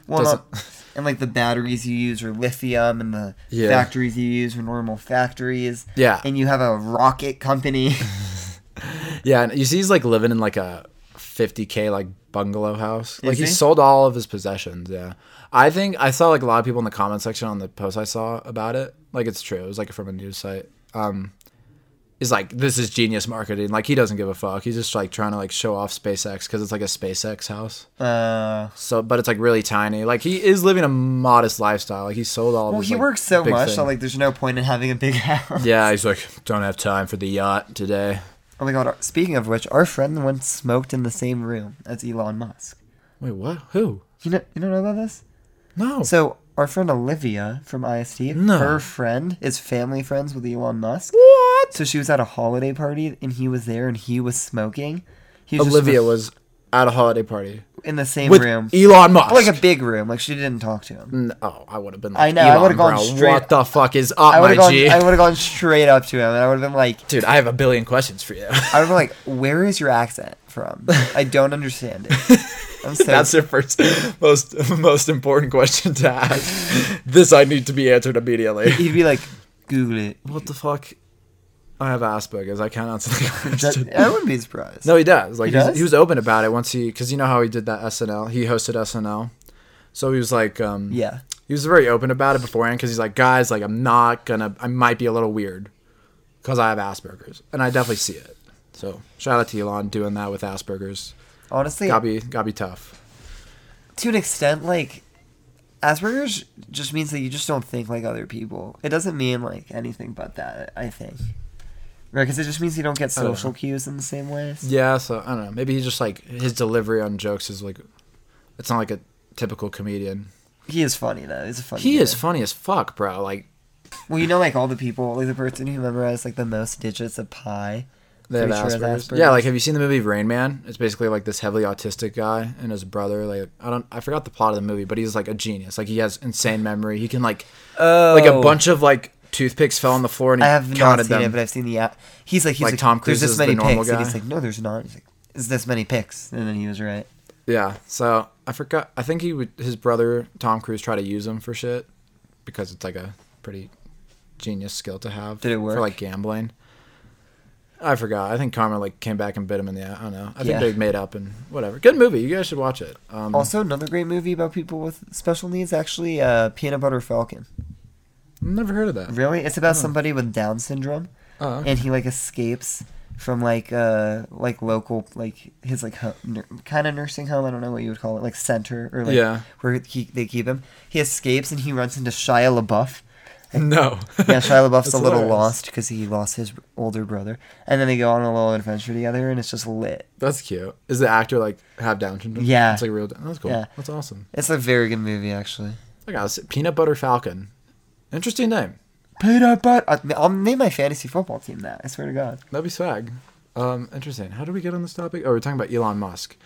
C: Well,
B: Doesn't-
C: not, and like the batteries you use are lithium, and the
B: Yeah.
C: factories you use are normal factories.
B: Yeah.
C: And you have a rocket company. [LAUGHS]
B: Yeah, and you see, he's like living in like a 50k like bungalow house. Like he?
C: he?
B: sold all of his possessions. Yeah, I think I saw like a lot of people in the comment section on the post I saw about it. Like it's true. It was like from a news site. Um, is like this is genius marketing. Like he doesn't give a fuck. He's just like trying to like show off SpaceX because it's like a SpaceX house.
C: uh,
B: So, but it's like really tiny. Like he is living a modest lifestyle. Like he sold all. Of
C: well,
B: his,
C: he
B: like,
C: works so
B: big
C: much that
B: thing.
C: like there's no point in having a big [LAUGHS] house.
B: yeah, he's like don't have time for the yacht today.
C: Oh my god! our- Speaking of which, our friend once smoked in the same room as Elon Musk.
B: Wait, what? Who?
C: You know, you don't know about this?
B: No.
C: So our friend Olivia from IST,
B: No.
C: her friend is family friends with Elon Musk.
B: what?
C: So she was at a holiday party and he was there and he was smoking. He was just
B: Olivia was at a holiday party
C: in the same
B: with
C: room,
B: Elon Musk.
C: like a big room. Like she didn't talk to him.
B: N- oh, I would have been. Like,
C: I know, I
B: Elon,
C: would've gone
B: bro,
C: straight-
B: What the fuck is up,
C: I would
B: my
C: have gone.
B: G?
C: I would have gone straight up to him and I would have been like,
B: Dude, I have a billion questions for you.
C: I would have been like, where is your accent from? I don't understand
B: [LAUGHS]
C: it. I'm [LAUGHS] so
B: That's your first, most [LAUGHS] most important question to ask. this I need to be answered
C: [LAUGHS]
B: immediately.
C: he'd be like, Google it.
B: What the fuck? I have Asperger's. I can't answer the
C: [LAUGHS]
B: question.
C: That, I wouldn't be surprised.
B: [LAUGHS] No, he does. Like
C: He
B: he's-
C: does?
B: he was open about it once he, because you know how he did that SNL. He hosted SNL, so he was like, um,
C: Yeah.
B: he was very open about it beforehand because he's like, guys, like I'm not gonna, I might be a little weird because I have Asperger's, and I definitely see it. So shout out to Elon doing that with Asperger's.
C: Honestly,
B: Gotta be, gotta be tough.
C: to an extent, like Asperger's just means that you just don't think like other people. It doesn't mean like anything but that. I think, right? Because it just means you don't get
B: I don't know.
C: social cues in the same ways.
B: Yeah, so I don't know. Maybe he just like his delivery on jokes is like, it's not like a typical comedian.
C: He is funny though. He's a funny.
B: He is
C: dude.
B: funny as fuck, bro. Like
C: Well, you know, like all the people, like the person who memorized like the most digits of pi.
B: they have
C: Pretty sure
B: Asperger's.
C: it's
B: Yeah,
C: Asperger's.
B: like have you seen the movie Rain Man? It's basically like this heavily autistic guy and his brother. Like I don't, I forgot the plot of the movie, but he's like a genius. Like he has insane memory. He can like.
C: Oh,
B: like a bunch of like toothpicks fell on the floor and
C: I
B: he
C: have not
B: counted
C: seen
B: them.
C: it, but I've seen the app. He's like, he's
B: Like
C: like,
B: Tom Cruise
C: There's
B: is
C: this
B: the
C: many
B: normal
C: pics, and he's
B: guy.
C: like, no, there's not. He's like, is this many pics? And then he was right.
B: yeah, so I forgot. I think he would his brother Tom Cruise tried to use him for shit because it's like a pretty genius skill to have.
C: Did it work?
B: for like gambling? I forgot. I think Karma like came back and bit him in the. I don't know. I think
C: Yeah.
B: they made up and whatever. Good movie. You guys should watch it. Um,
C: Also, another great movie about people with special needs, actually, uh, Peanut Butter Falcon.
B: never heard of
C: [LAUGHS]
B: that.
C: Really? It's about somebody with Down syndrome,
B: Hmm. Oh,
C: and he like escapes from like uh like local like his like home, nur- kind of nursing home. I don't know what you would call it, like center or like
B: Yeah.
C: where he they keep him. He escapes and he runs into Shia
B: [LAUGHS]
C: LaBeouf.
B: no.
C: Yeah, Shia LaBeouf's
B: That's
C: a little
B: hilarious.
C: lost because he lost his older brother, and then they go on a little adventure together, and it's just lit.
B: [LAUGHS] That's cute. Is the actor like have Down syndrome?
C: Yeah.
B: it's like real. That's cool.
C: Yeah.
B: That's awesome.
C: It's a very good movie, actually.
B: I got to Peanut Butter Falcon. Interesting name.
C: Peanut butter. I- I'll name my fantasy football team that. I swear to God.
B: That'd be swag. Um, interesting. How did we get on this topic? Oh, we're talking about Elon Musk.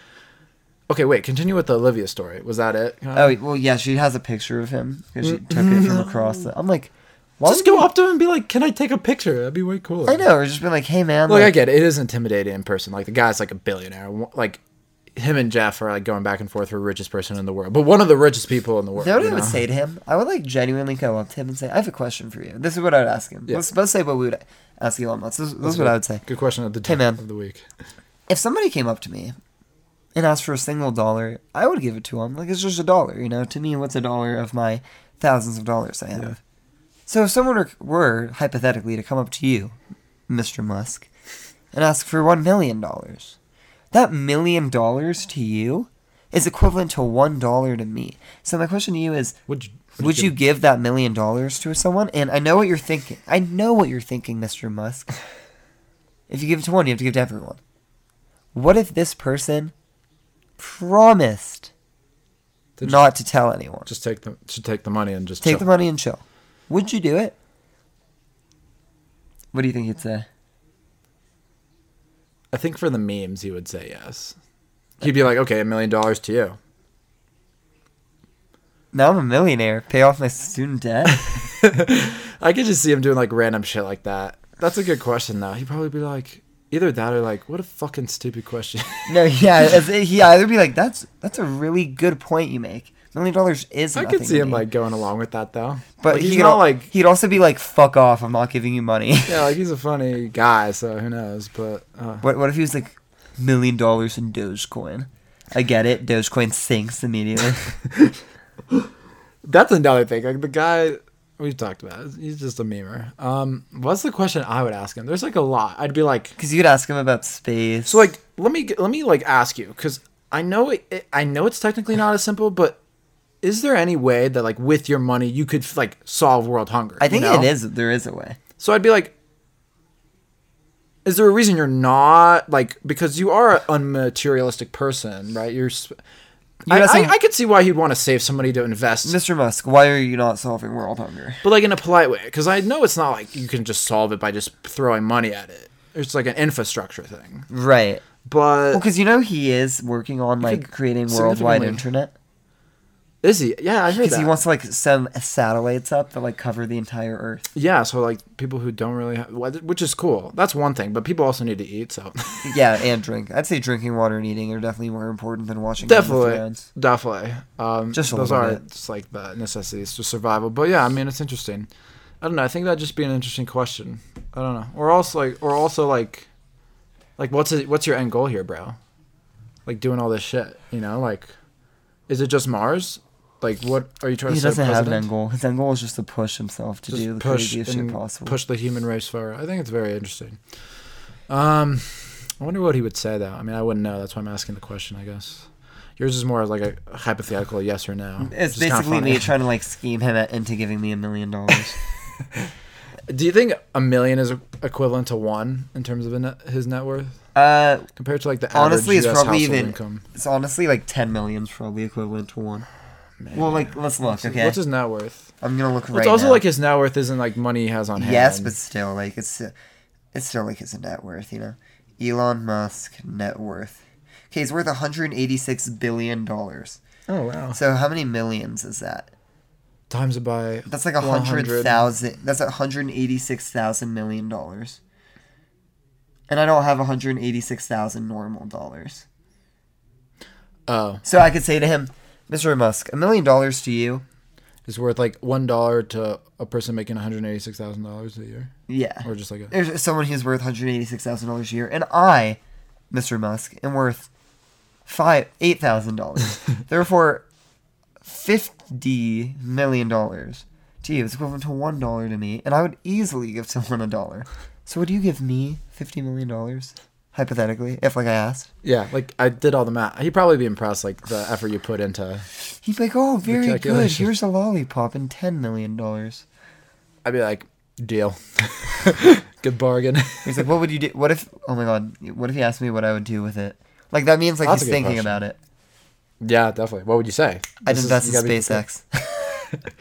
B: Okay, wait. Continue with the Olivia story. Was that it?
C: Oh well, yeah, she has a picture of him because she took it from across. The, I'm like, why
B: Mm. just
C: don't
B: go up to him and be like, "Can I take a picture?" That'd be way cooler.
C: you-" I know, or just been like, hey man,
B: Look,
C: like,
B: I get it. It is intimidating in person. Like the guy's like a billionaire. Like him and Jeff are like going back and forth for richest person in the world, but one of the richest people in the world.
C: you know what
B: you
C: I would
B: know?
C: say to him? I would like genuinely go up to him and say, I have a question for you. This is what I would ask him.
B: Yeah.
C: Let's, let's say what we would ask Elon Musk. This, this is what I would say.
B: Good question of the
C: Hey, man.
B: of the week.
C: if somebody came up to me and asked for a single dollar, I would give it to them. Like it's just a dollar, you know. To me, what's a dollar of my thousands of dollars I have? So if someone were, were hypothetically to come up to you, Mr. Musk, and ask for one million dollars, that million dollars to you is equivalent to one dollar to me. So my question to you is,
B: Would you?
C: would you give that million dollars to someone? And I know what you're thinking. I know what you're thinking, Mr. Musk. If you give it to one, you have to give it to everyone. What if this person promised
B: Did you-
C: not to tell anyone?
B: just take the just take the money and just
C: Take
B: chill.
C: the money and chill. Would you do it? What do you think he'd say?
B: I think for the memes, he would say yes. He'd be like, "Okay, a million dollars to you."
C: Now I'm a millionaire. Pay off my student [LAUGHS] debt.
B: [LAUGHS] I could just see him doing like random shit like that. That's a good question though. He'd probably be like, either that or like, "What a fucking stupid question." [LAUGHS]
C: no, yeah, as- he either be like, "That's that's a really good point you make." Million dollars is.
B: I
C: nothing
B: could
C: to
B: see him
C: me.
B: like going along with that though.
C: But
B: Like,
C: he
B: he's
C: could
B: not
C: al-
B: like
C: he'd also be like, "Fuck off! I'm not giving you money."
B: yeah, like he's a funny guy, so who knows? But uh,
C: [LAUGHS] what What if he was like, million dollars in Dogecoin? I get it. Dogecoin
B: [LAUGHS]
C: sinks immediately.
B: that's another thing. Like the guy we've talked about, he's just a memer. Um, what's the question I would ask him? There's like a lot. I'd be like,
C: Because you could ask him about space.
B: So like, let me let me like ask you because I know it, it- I know it's technically not as simple, but is there any way that like with your money you could like solve world hunger?
C: I
B: you
C: think
B: know?
C: it is. There is a way.
B: So I'd be like, is there a reason you're not like because you are an unmaterialistic person, right? You're. Sp-
C: You
B: I,
C: got
B: I,
C: some-
B: I could see why he'd want to save somebody to invest,
C: Mr. Musk, why are you not solving world hunger?
B: but like in a polite way, because I know it's not like you can just solve it by just throwing money at it. It's like an infrastructure thing,
C: Right.
B: but
C: Well, because you know he is working on like
B: could
C: creating worldwide
B: significantly-
C: internet.
B: is he? Yeah, I heard
C: Because
B: that.
C: he wants to like send satellites up that like cover the entire Earth.
B: Yeah, so like people who don't really have, wh- which is cool. That's one thing, but people also need to eat. So [LAUGHS]
C: yeah, and drink. I'd say drinking water and eating are definitely more important than watching Game of
B: definitely,
C: Thrones.
B: definitely. Um,
C: Just a
B: those
C: little
B: are
C: bit.
B: just like the necessities to survival. But yeah, I mean, it's interesting. I don't know. I think that'd just be an interesting question. I don't know. Or also like, or also like, like what's it, what's your end goal here, bro? Like doing all this shit, you know? Like, is it just Mars? Like, what are you trying
C: He
B: to?
C: doesn't
B: say
C: have an
B: president?
C: end goal. His end goal is just to push himself to
B: Just
C: do the craziest shit
B: and
C: possible.
B: Push the human race forward. I think it's very interesting. Um, I wonder what he would say though. I mean, I wouldn't know. That's why I'm asking the question. I guess yours is more like a hypothetical yes or no.
C: It's
B: which is kinda
C: basically
B: [LAUGHS]
C: me
B: funny.
C: trying to like scheme him at, into giving me a
B: [LAUGHS]
C: million dollars.
B: Do you think a million is equivalent to one in terms of a net, his net worth
C: Uh,
B: compared to like the average
C: Honestly, it's
B: US
C: probably
B: household
C: even-
B: income?
C: it's honestly like ten million's probably equivalent to one. Well, like let's look.
B: What's his-
C: Okay,
B: What's his net worth?
C: I'm gonna look right
B: it's also
C: now.
B: like his net worth isn't like money he has on hand.
C: yes, but still, like it's it's still like his net worth. You know, Elon Musk net worth. Okay, he's worth 186 billion dollars.
B: oh wow,
C: So how many millions is that?
B: times it by
C: That's like a
B: 100.
C: hundred thousand. That's a hundred eighty-six thousand million dollars. And I don't have a hundred eighty-six thousand normal dollars.
B: Oh,
C: So I could say to him, Mr. Musk, a million dollars to you.
B: it's worth like one dollar to a person making one hundred eighty-six thousand dollars a year.
C: Yeah.
B: or just like a
C: There's someone who's worth hundred eighty-six thousand dollars a year, and I, Mr. Musk, am worth five eight
B: [LAUGHS]
C: thousand dollars. Therefore, fifty million dollars to you is equivalent to one dollar to me, and I would easily give someone a dollar. So would you give me fifty million dollars hypothetically if, like, I asked?
B: yeah like i did all the math he'd probably be impressed like the effort you put into
C: He'd be like, "Oh, very good.
B: calculation.
C: Here's a lollipop and ten million dollars."
B: i'd be like deal [LAUGHS] good bargain [LAUGHS]
C: He's like, "What would you do? What if? Oh my god! What if he asked me what I would do with it? Like that means like
B: That's a
C: he's
B: good
C: thinking
B: question.
C: about it."
B: yeah definitely what would you say
C: I'd
B: This is-
C: invest
B: you
C: in
B: gotta be
C: SpaceX.
B: prepared.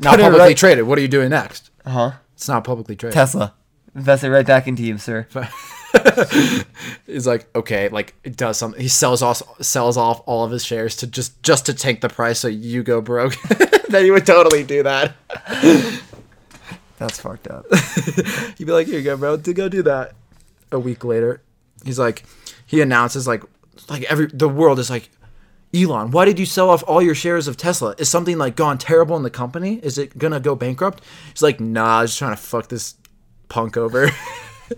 B: not
C: Put it
B: publicly
C: right-
B: traded what are you doing next
C: Uh huh.
B: it's not publicly traded
C: Tesla. Invest it right back into you, sir.
B: [LAUGHS] he's like okay like it does something he sells off sells off all of his shares to just just to tank the price so you go broke [LAUGHS] then he would totally do that
C: That's fucked [LAUGHS] up.
B: [LAUGHS] He'd be like, "Here you go, bro. To go do that." A week later, he's like, he announces like, like every the world is like, Elon, why did you sell off all your shares of Tesla? Is something like gone terrible in the company? Is it gonna go bankrupt? He's like, [LAUGHS] Nah, I was just trying to fuck this punk over.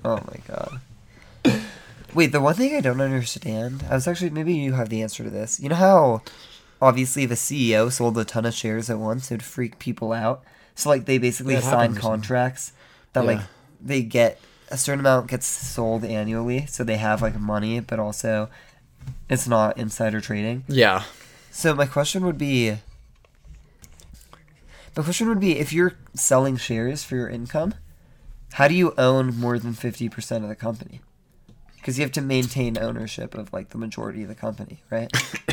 C: Oh my Oh god. Wait, the one thing I don't understand, I was actually maybe you have the answer to this. You know how obviously if a CEO sold a ton of shares at once, it would freak people out. So like they basically
B: Yeah, it happened
C: sign
B: recently.
C: contracts that
B: Yeah.
C: like they get a certain amount gets sold annually, so they have like money, but also it's not insider trading.
B: Yeah.
C: So my question would be My question would be if you're selling shares for your income, how do you own more than 50% of the company? Cuz you have to maintain ownership of like the majority of the company, right?
B: [LAUGHS]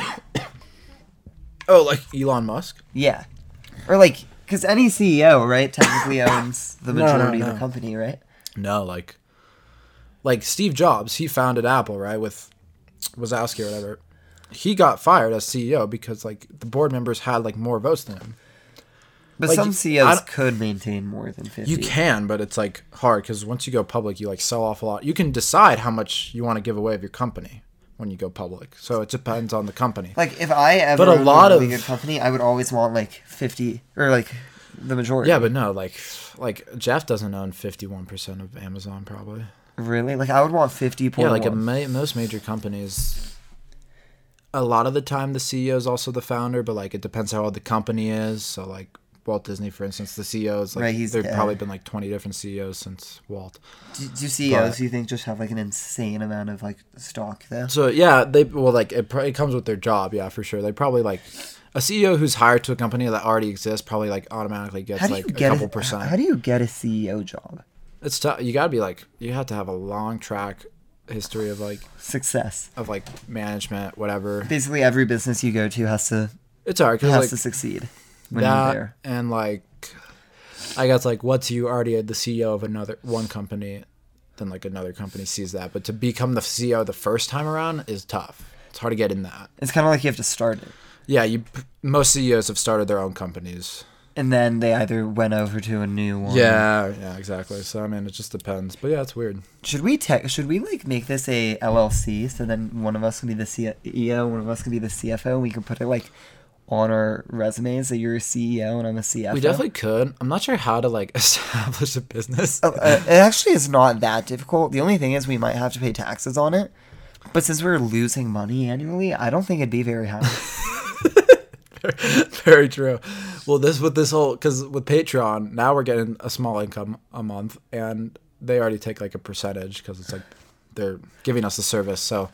B: Oh, like Elon Musk?
C: yeah. Or like cuz any CEO, right, technically owns the
B: [COUGHS] No, no,
C: majority of
B: no.
C: the company, right?
B: No, like like Steve Jobs, he founded Apple, right, with Wazowski or whatever. He got fired as CEO because like the board members had like more votes than him.
C: But
B: Like,
C: some
B: you- I
C: CEOs
B: don't-
C: could maintain more than 50.
B: You can, but it's like hard because once you go public, you like sell off a lot. You can decide how much you want to give away of your company when you go public. So it depends on the company.
C: like if I ever
B: But a
C: owned a
B: lot
C: really
B: of-
C: good company, I would always want like 50 or like the majority.
B: Yeah, but no, like like Jeff doesn't own fifty one percent of Amazon probably.
C: Really? Like I would want 50
B: Yeah, like a ma- most major companies, a lot of the time the CEO is also the founder, but like it depends how old the company is. So like Walt Disney, for instance, the CEO is like
C: Right, he's
B: there've
C: dead.
B: probably been like twenty different CEOs since Walt.
C: Do, do CEOs
B: But-
C: you think just have like an insane amount of like stock though?
B: So yeah, they well like it, pro- it comes with their job, yeah, for sure. They probably like a CEO who's hired to a company that already exists probably like automatically gets
C: How do
B: like
C: you
B: a
C: get
B: couple
C: a,
B: percent.
C: How do you get a CEO job?
B: it's tough. You gotta be like you have to have a long track history of like
C: Success.
B: of like management, whatever.
C: Basically, every business you go to has to
B: It's alright because
C: has
B: like
C: to succeed when you're
B: that
C: there.
B: and like I guess like what's you already the CEO of another one company, then like another company sees that. But to become the CEO the first time around is tough. It's hard to get in that.
C: It's kind of like you have to start it,
B: Yeah, you most CEOs have started their own companies.
C: and then they either went over to a new one.
B: Yeah, yeah, exactly. So I mean, it just depends. But yeah, it's weird.
C: Should we tech? Should we like make this a LLC so then one of us can be the CEO, one of us can be the CFO, and we can put it like on our resumes that you're a CEO and I'm a CFO.
B: We definitely could. I'm not sure how to like [LAUGHS] establish a business.
C: Oh, uh, it actually is not that difficult. The only thing is we might have to pay taxes on it. But since we're losing money annually, I don't think it'd be very high.
B: Very true. Well, this with this whole because with Patreon now we're getting a small income a month, and they already take like a percentage because it's like they're giving us the service. So,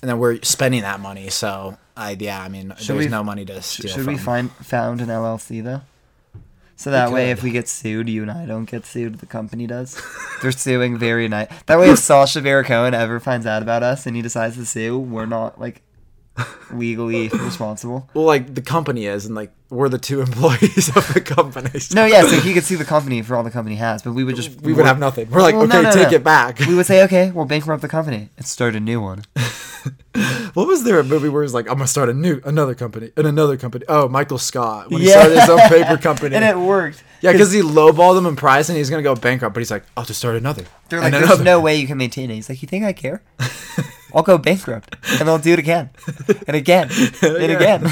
B: and then we're spending that money. So, I yeah, I mean, there's
C: we-
B: no money to
C: [LAUGHS]
B: steal.
C: Should
B: from.
C: we find found an LLC though? So that way, if
B: could.
C: we get sued, you and I don't get sued. The company [LAUGHS] does. They're suing very nice. That way, if Sasha Baron Cohen ever finds out about us and he decides to sue, we're not like [LAUGHS] legally responsible.
B: Well, like the company is, and like we're the two [LAUGHS] employees of the company. so
C: No, yeah. So he could sue the company for all the company has, but we would just
B: we would have nothing. We're like,
C: Well,
B: okay,
C: no, no,
B: take
C: no.
B: it back.
C: We would say, okay, we'll bankrupt the company and start a new one.
B: What was there a movie where it's like, I'm gonna start a new another company and another company? Oh, Michael Scott when he
C: Yeah.
B: started his own paper company.
C: [LAUGHS] and it worked.
B: Yeah, because he lowballed him in price and he's gonna go bankrupt. But he's like, I'll just start another. [LAUGHS]
C: They're like,
B: And
C: there's
B: another.
C: no way you can maintain it. He's like, you think I care? I'll go bankrupt, and they'll do it again, and again, and
B: [LAUGHS] Yeah.
C: again.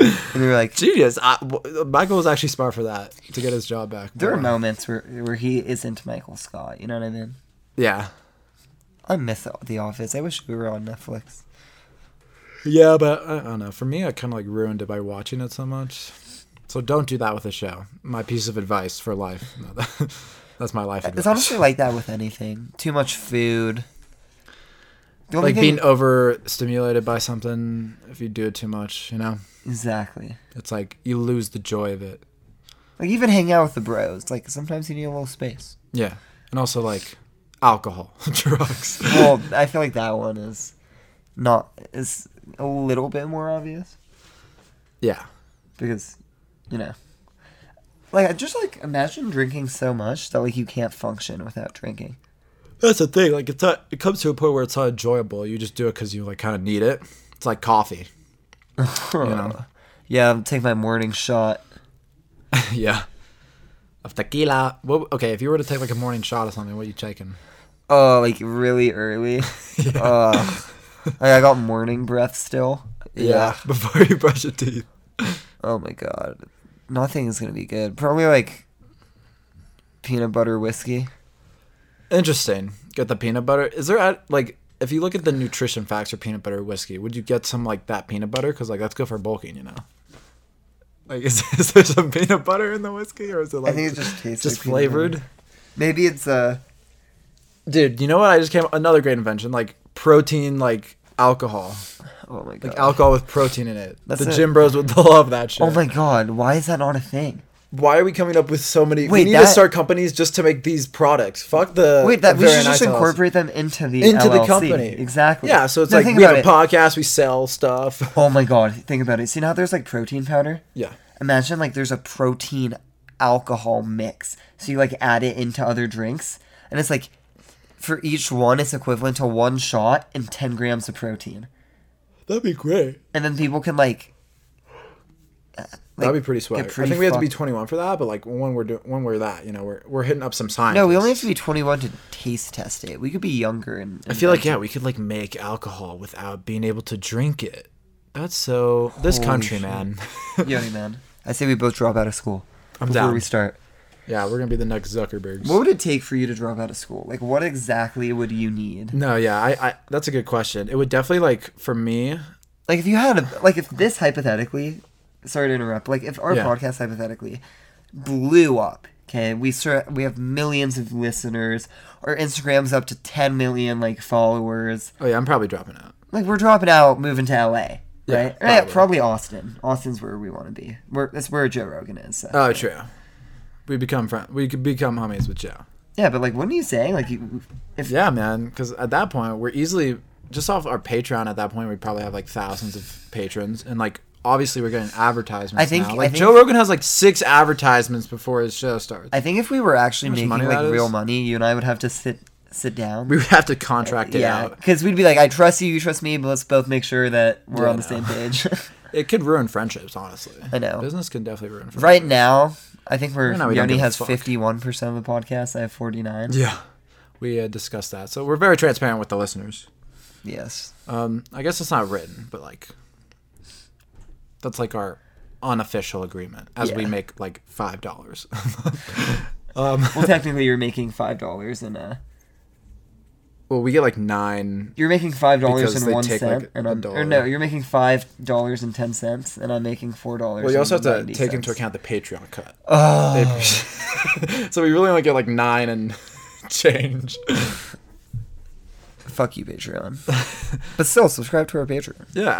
C: and they were like,
B: genius. I, w- Michael was actually smart for that to get his job back.
C: there are
B: But,
C: moments where where he isn't Michael Scott. You know what I mean?
B: yeah,
C: I miss The Office. I wish we were on Netflix.
B: yeah, but I, I don't know. For me, I kind of like ruined it by watching it so much. So don't do that with a show. My piece of advice for life. No, [LAUGHS] that- that's my life advice.
C: It's honestly like that with anything. Too much food. The only
B: like
C: thing-
B: being overstimulated by something. If you do it too much, you know,
C: exactly.
B: it's like you lose the joy of it.
C: Like even hang out with the bros. Like sometimes you need a little space.
B: Yeah, and also like alcohol, [LAUGHS] drugs.
C: Well, I feel like that one is not is a little bit more obvious.
B: Yeah.
C: because you know like I just like imagine drinking so much that like you can't function without drinking
B: That's the thing. Like it's not. It comes to a point where it's not enjoyable. You just do it because you like kind of need it. It's like coffee. [LAUGHS] know.
C: yeah i'll take my morning shot
B: yeah. Of tequila. What, okay, if you were to take like a morning shot or something, what are you [LAUGHS] taking?
C: oh like really early [LAUGHS]
B: [LAUGHS]
C: uh, like I got morning breath still yeah
B: Before you brush your teeth.
C: oh my god nothing is gonna be good probably like peanut butter whiskey
B: Interesting. get the peanut butter. Is there a- like if you look at the nutrition facts for peanut butter whiskey, would you get some like that peanut butter? Because like that's good for bulking, you know. Like [LAUGHS] is, is there some peanut butter in the whiskey or is it like
C: think it just tastes
B: just
C: like peanut
B: flavored?
C: Maybe it's uh
B: Dude, you know what? I just came another great invention like protein like alcohol,
C: oh my god.
B: like alcohol with protein in it.
C: That's
B: the
C: it.
B: gym bros would [LAUGHS] love that shit.
C: oh my god, why is that not a thing?
B: Why are we coming up with so many? we
C: Wait,
B: need to
C: that-
B: start companies just to make these products. Fuck the
C: Wait, that we
B: very
C: should just
B: nice house.
C: incorporate them into the
B: into the
C: LLC.
B: company.
C: Exactly.
B: Yeah, so it's
C: No,
B: like
C: think
B: we have
C: about
B: a
C: it.
B: podcast, we sell stuff. [LAUGHS]
C: Oh my god, think about it. See now there's like protein powder?
B: Yeah.
C: Imagine like there's a protein alcohol mix. So you like add it into other drinks and it's like for each one it's equivalent to one shot and 10 grams of protein.
B: That'd be great.
C: And then people can like
B: That'd be pretty swag.
C: get
B: I
C: pretty
B: think we have to be
C: fucked.
B: 21 for that, but like when we're doing when we're that, you know, we're we're hitting up some science.
C: No, we only have to be 21 to taste test it. We could be younger and,
B: I feel like yeah, we could like make alcohol without being able to drink it. That's so this
C: Holy
B: country,
C: shit. [LAUGHS]
B: man.
C: young man. I say we both drop out of school
B: I'm
C: before
B: down.
C: we start.
B: yeah, we're gonna be the next Zuckerbergs.
C: What would it take for you to drop out of school? Like, what exactly would you need?
B: No, yeah, I, I that's a good question. It would definitely like for me,
C: Like, if you had a like, if this hypothetically, sorry to interrupt. Like, if our
B: Yeah.
C: podcast hypothetically blew up, okay, we sur- we have millions of listeners. Our Instagram's up to 10 million like followers.
B: oh yeah, I'm probably dropping out.
C: like we're dropping out, moving to LA, right?
B: Yeah,
C: Or, yeah,
B: probably.
C: probably. Austin. Austin's where we want to be. We're, that's where Joe Rogan is. So.
B: Oh, true. We become friends. We could become homies with Joe.
C: yeah, but like, what are you saying? Like, you, if
B: Yeah, man. Because at that point, we're easily just off our Patreon. At that point, we probably have like thousands of patrons, and like obviously we're getting advertisements.
C: I think-
B: now.
C: I
B: like
C: think-
B: Joe Rogan has like six advertisements before his show starts.
C: I think if we were actually
B: much
C: making
B: money
C: like
B: that
C: real
B: is?
C: money, you and I would have to sit sit down.
B: we would have to contract it
C: yeah,
B: out.
C: because we'd be like, I trust you, you trust me, but let's both make sure that we're
B: Yeah,
C: on the
B: I [LAUGHS]
C: same page.
B: It could ruin friendships, honestly.
C: I know.
B: Business can definitely ruin friendships.
C: right now, I think we're
B: Right now we don't
C: Yoni
B: give a
C: has
B: fuck.
C: fifty one percent of the podcast. I have forty nine.
B: Yeah. We uh, discussed that, so we're very transparent with the listeners.
C: Yes.
B: Um, I guess it's not written, but like that's like our unofficial agreement as we
C: Yeah.
B: make like five dollars. [LAUGHS] um,
C: Well, technically, you're making five dollars and uh,
B: well, we get like nine
C: You're making five dollars
B: Because
C: and
B: they
C: one
B: take,
C: cent,
B: like,
C: and
B: a
C: I'm or
B: dollar.
C: no, you're making five dollars and ten cents, and I'm making four dollars.
B: Well, you also have to take into account the Patreon cut.
C: Oh,
B: [LAUGHS] so we really only get like nine and [LAUGHS] change.
C: fuck you, Patreon.
B: [LAUGHS]
C: but still, subscribe to our Patreon.
B: Yeah.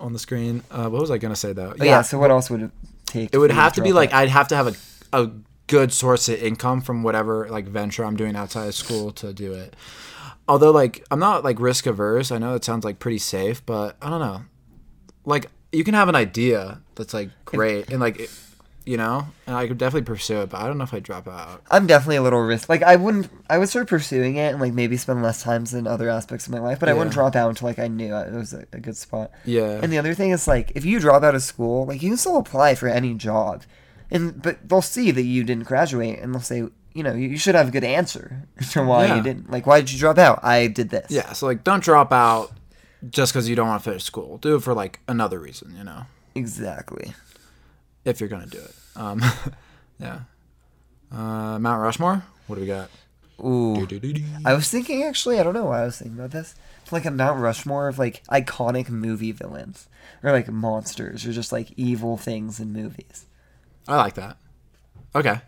B: [LAUGHS] On the screen. Uh, what was I gonna say though?
C: But Oh, yeah. So what else would it take?
B: it would
C: for you
B: have to be
C: drop
B: like
C: out?
B: I'd have to have a a good source of income from whatever like venture I'm doing outside of school to do it. Although like I'm not like risk averse. I know it sounds like pretty safe, but I don't know. Like you can have an idea that's like great and like it, you know, and I could definitely pursue it, but I don't know if I drop out.
C: I'm definitely a little risk. Like I wouldn't. I would start pursuing it and like maybe spend less time in other aspects of my life, but I wouldn't
B: Yeah.
C: drop out until like I knew it was a, a good spot.
B: Yeah.
C: And the other thing is like if you drop out of school, like you can still apply for any job, and but they'll see that you didn't graduate, and they'll say, you know, you, you should have a good answer [LAUGHS] to why
B: Yeah.
C: you didn't. Like why did you drop out? I did this.
B: Yeah, so like don't drop out just because you don't want to finish school. Do it for like another reason, you know,
C: Exactly.
B: if you're gonna do it. Um, [LAUGHS] yeah. Uh, Mount Rushmore. What do we got?
C: Ooh.
B: Do-do-do-do.
C: I was thinking actually, I don't know why I was thinking about this. It's like a Mount Rushmore of like iconic movie villains or like monsters or just like evil things in movies.
B: I like that. Okay,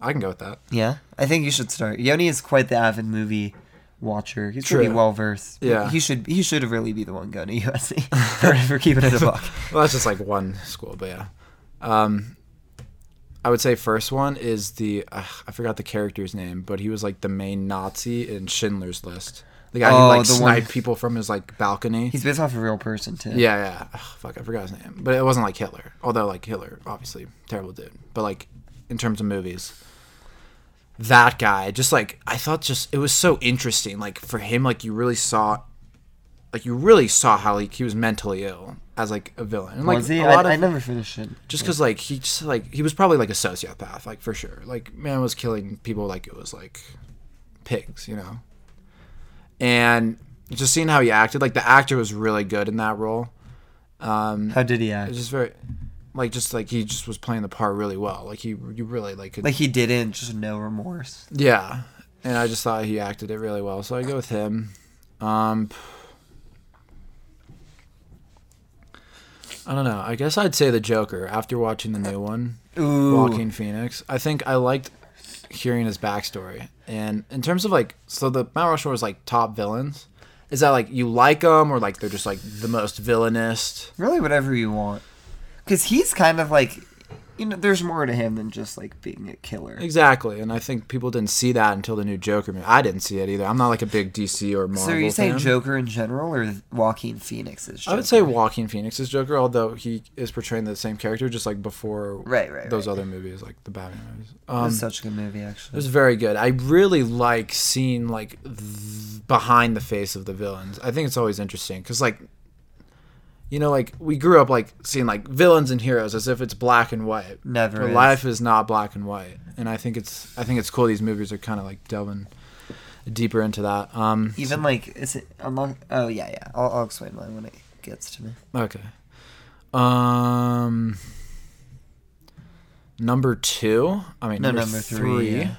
B: I can go with that.
C: Yeah, I think you should start. Yoni is quite the avid movie watcher. He's pretty
B: True.
C: well versed.
B: Yeah.
C: he should he should really be the one going to USC [LAUGHS] for, for keeping it
B: [LAUGHS]
C: a buck.
B: Well, that's just like one school, but yeah. Um, I would say first one is the uh, I forgot the character's name, but he was like the main Nazi in Schindler's List. The guy
C: Oh,
B: who like
C: the one-
B: sniped people from his like balcony.
C: He's based off a real person too.
B: Yeah, yeah. Ugh, fuck, I forgot his name. But it wasn't like Hitler. Although, like, Hitler, obviously, terrible dude. But, like, in terms of movies, that guy, just like, I thought just, it was so interesting. Like, for him, like, you really saw, like, you really saw how, like, he was mentally ill as, like, a villain. And, like,
C: was he?
B: a
C: I,
B: lot of-
C: I never finished it.
B: just because like he just like he was probably like a sociopath like for sure like man was killing people like it was like pigs you know and just seeing how he acted like the actor was really good in that role um
C: How did he
B: it was
C: act?
B: just very like just like he just was playing the part really well like he you really like, could,
C: Like he didn't just no remorse.
B: yeah and I just thought he acted it really well, so I go with him. Um, I don't know. I guess I'd say the Joker after watching the new one,
C: Ooh.
B: Joaquin Phoenix. I think I liked hearing his backstory, and in terms of like, so the Mount Rushmore is like top villains. Is that like you like them or like they're just like the most villainous?
C: Really, whatever you want. Because he's kind of like, you know, there's more to him than just like being a killer.
B: Exactly, and I think people didn't see that until the new Joker movie. I didn't see it either. I'm not like a big DC or Marvel.
C: So are you saying
B: fan.
C: Joker in general or Joaquin Phoenix is Joker?
B: I would say Walking Phoenix is Joker, although he is portraying the same character just like before
C: Right, right,
B: those
C: right. uh,
B: other movies, like the Batman movies.
C: It
B: Um,
C: was
B: it
C: such a good movie, actually.
B: was very good. I really like seeing like th- behind the face of the villains. I think it's always interesting because like, you know, like we grew up like seeing like villains and heroes as if it's black and white.
C: Never
B: But
C: is.
B: life is not black and white, and I think it's I think it's cool. These movies are kind of like delving deeper into that. Um,
C: Even like, is it unlock? Oh yeah, yeah. I'll, I'll explain mine when it gets to me.
B: Okay. Um number 2, I mean
C: No,
B: number,
C: number
B: 3.
C: three, yeah.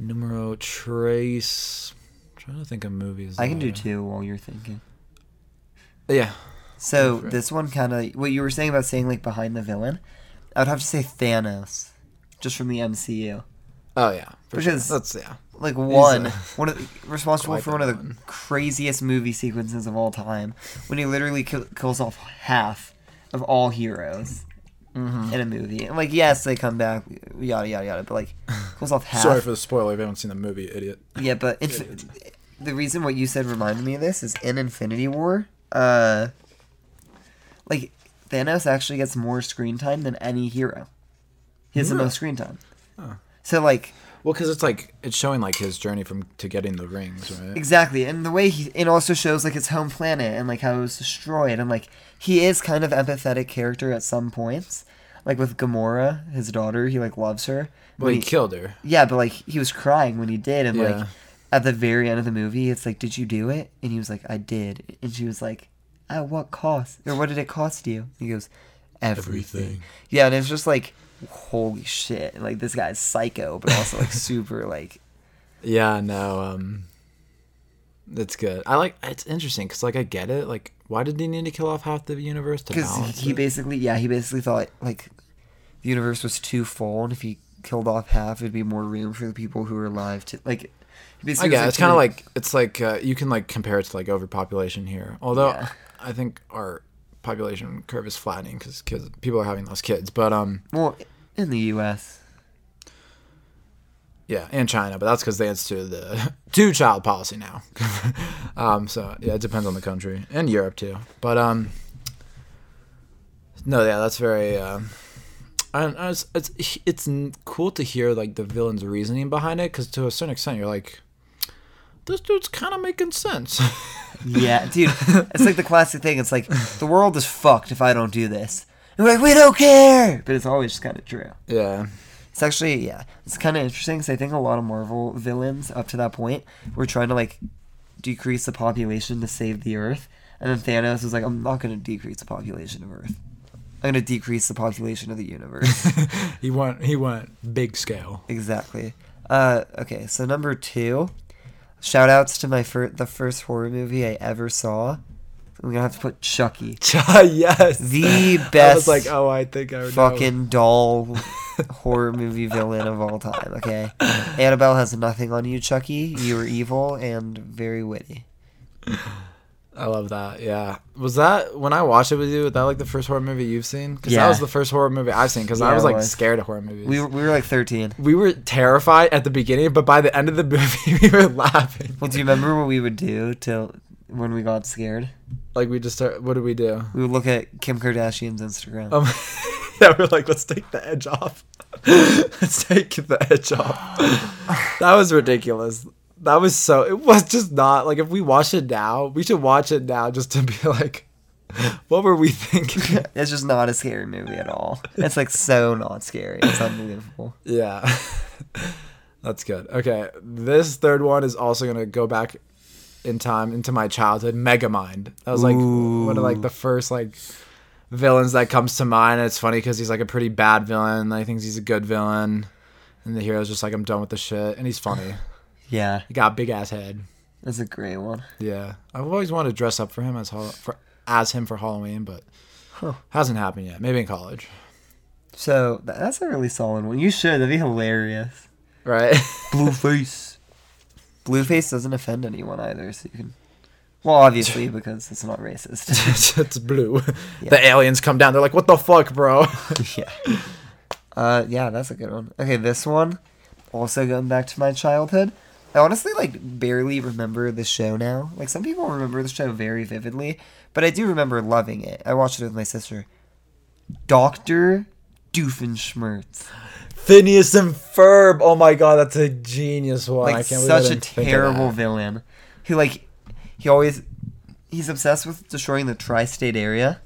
B: Numero trace. I'm trying to think of movies.
C: I can do
B: that-
C: two while you're thinking.
B: Yeah.
C: So
B: for it.
C: this one kind of what you were saying about saying like behind the villain. I would have to say Thanos, just from the MCU.
B: Oh yeah. for
C: Which
B: sure.
C: is-
B: That's yeah.
C: Like one,
B: a-
C: one of, responsible
B: quite
C: for
B: the
C: one of the
B: villain.
C: craziest movie sequences of all time, when he literally kill, kills off half of all heroes
B: Mm-hmm.
C: in a movie. And like, yes, they come back, yada yada yada, but like, kills off
B: [LAUGHS]
C: half.
B: Sorry for the spoiler if you haven't seen the movie, idiot.
C: Yeah, but inf- the reason what you said reminded me of this is in Infinity War, uh, like Thanos actually gets more screen time than any hero. He has the most screen time. So like
B: Well, cuz it's like it's showing like his journey from to getting the rings, right?
C: exactly, and the way he it also shows like his home planet and like how it was destroyed, and like he is kind of empathetic character at some points, like with Gamora, his daughter, he like loves her.
B: Well,
C: When
B: he killed her.
C: Yeah, but like he was crying when he did, and
B: Yeah.
C: like at the very end of the movie, it's like, "Did you do it?" And he was like, "I did," and she was like, "At what cost? Or what did it cost you?" And he goes, "Everything."
B: Everything.
C: Yeah, and it's just like, holy shit! Like this guy's psycho, but
B: [LAUGHS]
C: also like super like
B: Yeah, no, um that's good. I like it's interesting cuz like I get it. Like why did he need to kill off half the universe to balance
C: because he
B: it?
C: basically yeah he basically thought like the universe was too full, and if he killed off half, it'd be more room for the people who were alive to like. he
B: I
C: basically was,
B: guess it's kind of
C: trying-
B: like it's like uh, you can like compare it to like overpopulation here. Although
C: Yeah.
B: I think our population curve is flattening because kids people are having less kids, but um
C: well in the U.S.
B: yeah, and China, but that's because they instituted the [LAUGHS] two child policy now. [LAUGHS] um, so yeah, it depends on the country and Europe too. But um no, yeah, that's very. Uh, I, don't know, it's, it's it's n- cool to hear like the villain's reasoning behind it because to a certain extent you're like, this dude's kind of making sense. [LAUGHS]
C: Yeah, dude, it's like the classic thing. It's like the world is fucked if I don't do this. And we're like, we don't care, but it's always just kind of true.
B: yeah. [LAUGHS]
C: It's actually, yeah, it's kind of interesting because I think a lot of Marvel villains up to that point were trying to like decrease the population to save the Earth, and then Thanos was like, I'm not going to decrease the population of Earth. I'm going to decrease the population of the universe. [LAUGHS]
B: he went he went big scale. [LAUGHS]
C: Exactly. Uh, okay, so number two, shout outs to my fir- the first horror movie I ever saw. I'm gonna have to put Chucky.
B: [LAUGHS] yes.
C: The
B: I was
C: best
B: like, oh, I think I would
C: fucking doll [LAUGHS] horror movie villain of all time. Okay, Annabelle has nothing on you, Chucky. You were evil and very witty.
B: I love that. Yeah. Was that when I watched it with you? Was that like the first horror movie you've seen? Because that
C: Yeah.
B: was the first horror movie I've seen. Because I
C: Yeah,
B: was
C: it
B: like
C: was.
B: scared of horror movies.
C: We were, we were like thirteen.
B: we were terrified at the beginning, but by the end of the [LAUGHS] movie, we were laughing.
C: Well, do you remember what we would do till when we got scared?
B: Like we just start. What did we do?
C: We would look at Kim Kardashian's Instagram.
B: [LAUGHS] Um, yeah, we're like, let's take the edge off. [LAUGHS] let's take the edge off. that was ridiculous. That was so. It was just not like if we watch it now, we should watch it now just to be like, [LAUGHS] what were we thinking?
C: It's just not a scary movie at all. It's like so not scary. It's unbelievable.
B: yeah, [LAUGHS] that's good. Okay, this third one is also gonna go back in time into my childhood. Megamind. That was like one of like the first like villains that comes to mind. And it's funny because he's like a pretty bad villain. And I think he's a good villain. and the hero's just like, I'm done with this shit. And he's funny.
C: Yeah,
B: He got a big ass head.
C: that's a great one.
B: Yeah, I've always wanted to dress up for him as Hall- for as him for Halloween, but hasn't happened yet. Maybe in college,
C: So tha- that's a really solid one. You should. That'd be hilarious.
B: right? [LAUGHS]
C: Blueface. Blueface doesn't offend anyone either, so you can. Well, [LAUGHS] obviously because it's not racist. [LAUGHS]
B: it's blue. The aliens come down. They're like, "What the fuck, bro?"
C: yeah. Uh, yeah, that's a good one. Okay, this one, also going back to my childhood. I honestly like barely remember the show now. Like some people remember the show very vividly, but I do remember loving it. I watched it with my sister. Doctor Doofenshmirtz.
B: Phineas and Ferb. Oh my god, that's a genius one. I
C: like
B: can't believe I
C: such a
B: didn't think of
C: terrible
B: that.
C: villain. He like he always he's obsessed with destroying the tri-state area.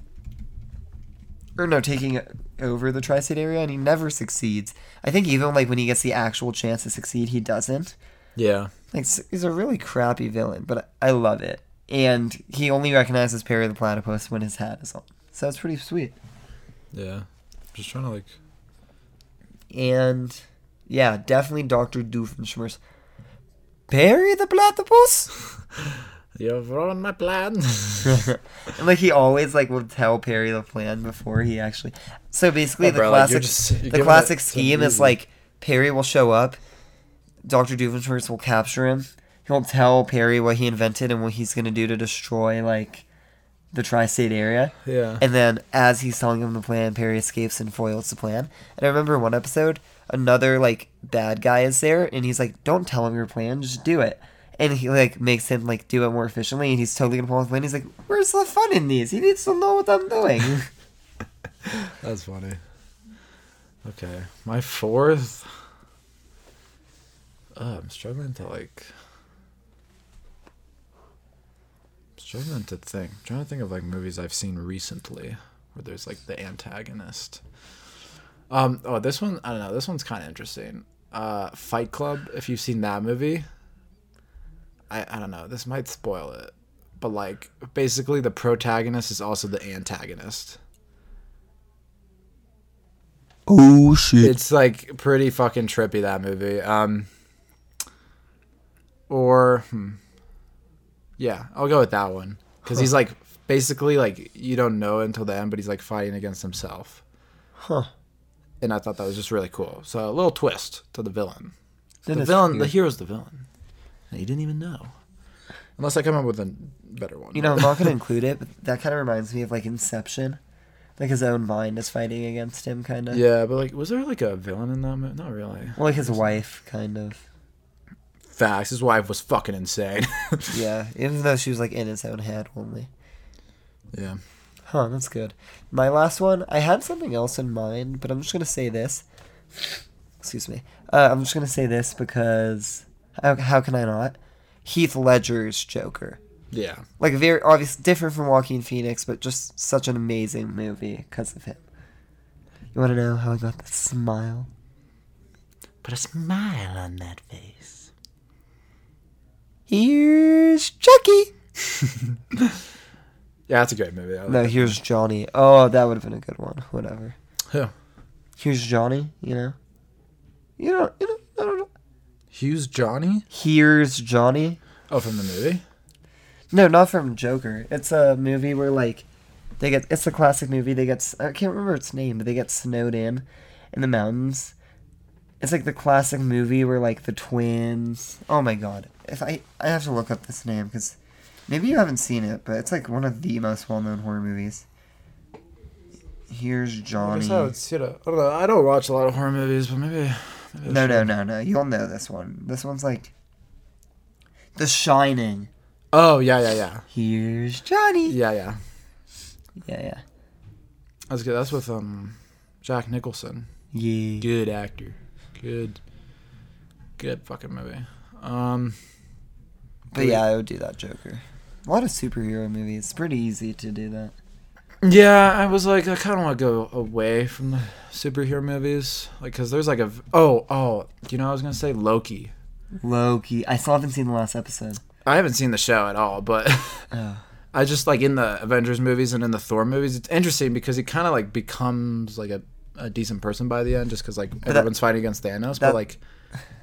C: Or no, taking over the tri-state area, and he never succeeds. I think even like when he gets the actual chance to succeed, he doesn't.
B: Yeah,
C: Like s- he's a really crappy villain, but I love it. And he only recognizes Perry the Platypus when his hat is on, so it's pretty sweet.
B: yeah. Just trying to like.
C: And yeah, definitely Doctor Doofenshmirtz. Perry the Platypus.
B: You've ruined my plan. [LAUGHS]
C: And [LAUGHS] like he always like will tell Perry the plan before he actually. So basically,
B: Oh,
C: the
B: bro, like, you're
C: classic
B: just- you're
C: the
B: giving
C: classic
B: it to
C: scheme
B: me.
C: is like Perry will show up, Doctor Doofenshmirtz will capture him. He'll tell Perry what he invented and what he's gonna do to destroy like the tri-state area.
B: yeah.
C: And then as he's telling him the plan, Perry escapes and foils the plan. And I remember one episode, another like bad guy is there and he's like, Don't tell him your plan, just do it. And he like makes him like do it more efficiently and he's totally gonna pull off the plan. He's like, Where's the fun in these? He needs to know what I'm doing. [LAUGHS]
B: That's funny. Okay, my fourth. Uh, I'm struggling to like. Struggling to think. trying to think of like movies I've seen recently where there's like the antagonist. Um. Oh, this one. I don't know. This one's kind of interesting. Uh, Fight Club. If you've seen that movie. I I don't know. This might spoil it, but like basically the protagonist is also the antagonist.
C: oh shit.
B: it's like pretty fucking trippy that movie. Um, or hmm. yeah, I'll go with that one because he's like basically like you don't know until the end, but he's like fighting against himself.
C: Huh.
B: And I thought that was just really cool. So a little twist to the villain.
C: That
B: the
C: is
B: villain, the
C: weird.
B: hero's the villain. And you didn't even know, unless I come up with a better one.
C: You know, I'm not gonna include it, but that kinda reminds me of like Inception. Like his own mind is fighting against him kinda.
B: yeah, but like, was there like a villain in that movie? Not really.
C: Well like his wife kind of.
B: Facts. His wife was fucking [LAUGHS] insane.
C: Yeah. Even though she was like in his own head only.
B: yeah.
C: Huh, that's good. My last one, I had something else in mind, but I'm just gonna say this. Excuse me. Uh, I'm just gonna say this because how, how can I not? Heath Ledger's Joker,
B: Yeah.
C: like very obvious, different from Joaquin Phoenix, but just such an amazing movie because of him. You want to know how I got that smile?
B: Put a smile on that face.
C: Here's Chucky.
B: Yeah, that's a great movie. I
C: No,
B: like
C: here's Johnny. Oh, that would have been a good one. Whatever.
B: Yeah.
C: Here's Johnny. You know. You know. You know. I don't know.
B: Hughes Johnny?
C: Here's Johnny.
B: Oh, from the movie?
C: No, not from Joker. It's a movie where like they get it's a classic movie. They get s- I can't remember its name, but they get snowed in in the mountains. It's like the classic movie where like the twins. Oh my god! If I I have to look up this name because maybe you haven't seen it, but it's like one of the most well known horror movies. Here's
B: I
C: Johnny.
B: guess I would see it. I don't know. I don't watch a lot of horror movies, but maybe. maybe I
C: No, no,
B: should.
C: no, no. You'll know this one. This one's like The Shining.
B: Oh, yeah, yeah, yeah.
C: Here's Johnny.
B: Yeah, yeah.
C: Yeah, yeah.
B: That's good. That's with um, Jack Nicholson.
C: Yeah.
B: Good actor. Good. Good fucking movie. Um,
C: But yeah, I would do that Joker. A lot of superhero movies. It's pretty easy to do that.
B: yeah, I was like, I kind of want to go away from the superhero movies, like, cause there's like a v- oh oh, you know, I was gonna say Loki.
C: Loki. I still haven't seen the last episode.
B: I haven't seen the show at all, but [LAUGHS]
C: Oh.
B: I just like in the Avengers movies and in the Thor movies. It's interesting because he kind of like becomes like a a decent person by the end, just because like everyone's fighting against Thanos. but
C: that-
B: like,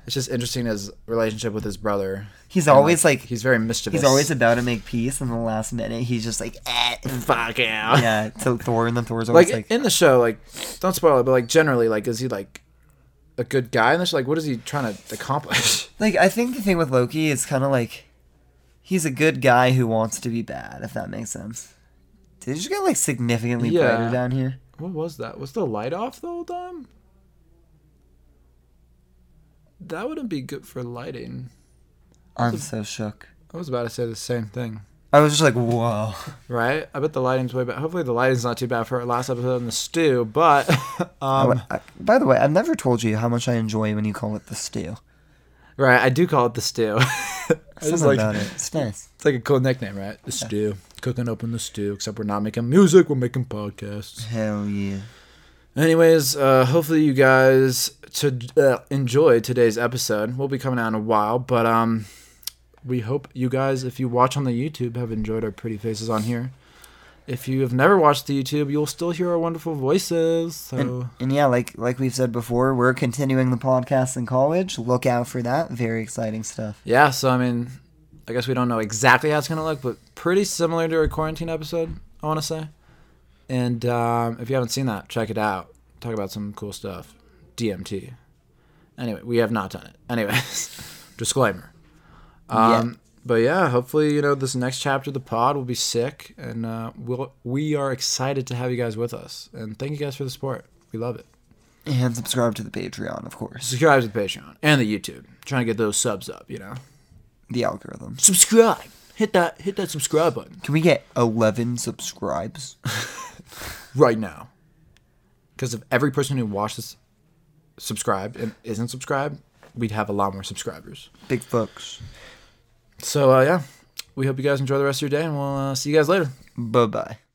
B: it's just interesting his relationship with his brother.
C: He's
B: And,
C: always like, he's,
B: he's very mischievous.
C: always about to make peace, and the last minute he's just like,
B: [LAUGHS]
C: eh. and-
B: fuck out.
C: yeah, to Thor, and then Thor's always
B: Like,
C: like,
B: in the show, like don't spoil it, but like generally, like is he like a good guy in this? Like what is he trying to accomplish? [LAUGHS]
C: like I think the thing with Loki is kind of like, he's a good guy who wants to be bad, if that makes sense. Did you get like significantly
B: Yeah.
C: brighter down here?
B: what was that? Was the light off the whole time? That wouldn't be good for lighting.
C: I'm so shook.
B: I was about to say the same thing.
C: I was just
B: [LAUGHS]
C: like, whoa.
B: Right? I bet the lighting's way bad. Hopefully the lighting's not too bad for our last episode in the stew, but [LAUGHS] um
C: I- by the way, I've never told you how much I enjoy when you call it the stew.
B: Right, I do call it the stew. [LAUGHS] I just
C: Something
B: like
C: about it. It's nice.
B: it's like a cool nickname, right? The stew. Cooking up in the stew, except we're not making music, we're making podcasts.
C: Hell yeah.
B: Anyways, uh, hopefully you guys to uh, enjoy today's episode. We'll be coming out in a while, but um, we hope you guys, if you watch on the YouTube, have enjoyed our pretty faces on here. If you have never watched the YouTube, you'll still hear our wonderful voices. So
C: And, and yeah, like like we've said before, we're continuing the podcast in college. Look out for that. Very exciting stuff.
B: yeah, so I mean, I guess we don't know exactly how it's gonna look, but pretty similar to our quarantine episode, I want to say. And um, if you haven't seen that, check it out. Talk about some cool stuff. DMT. Anyway, we have not done it. Anyways, [LAUGHS] disclaimer. Um, But yeah, hopefully you know this next chapter of the pod will be sick, and uh, we'll we are excited to have you guys with us. And thank you guys for the support. We love it.
C: yeah. And subscribe to the Patreon, of course.
B: Subscribe to the Patreon and the YouTube. Trying to get those subs up, you know.
C: The algorithm.
B: subscribe. Hit that hit that subscribe button
C: Can we get 11 subscribes? [LAUGHS]
B: right now. Because if every person who watches subscribed and isn't subscribed, we'd have a lot more subscribers.
C: Big folks.
B: So uh, yeah, we hope you guys enjoy the rest of your day, and we'll uh, see you guys later.
C: Bye bye.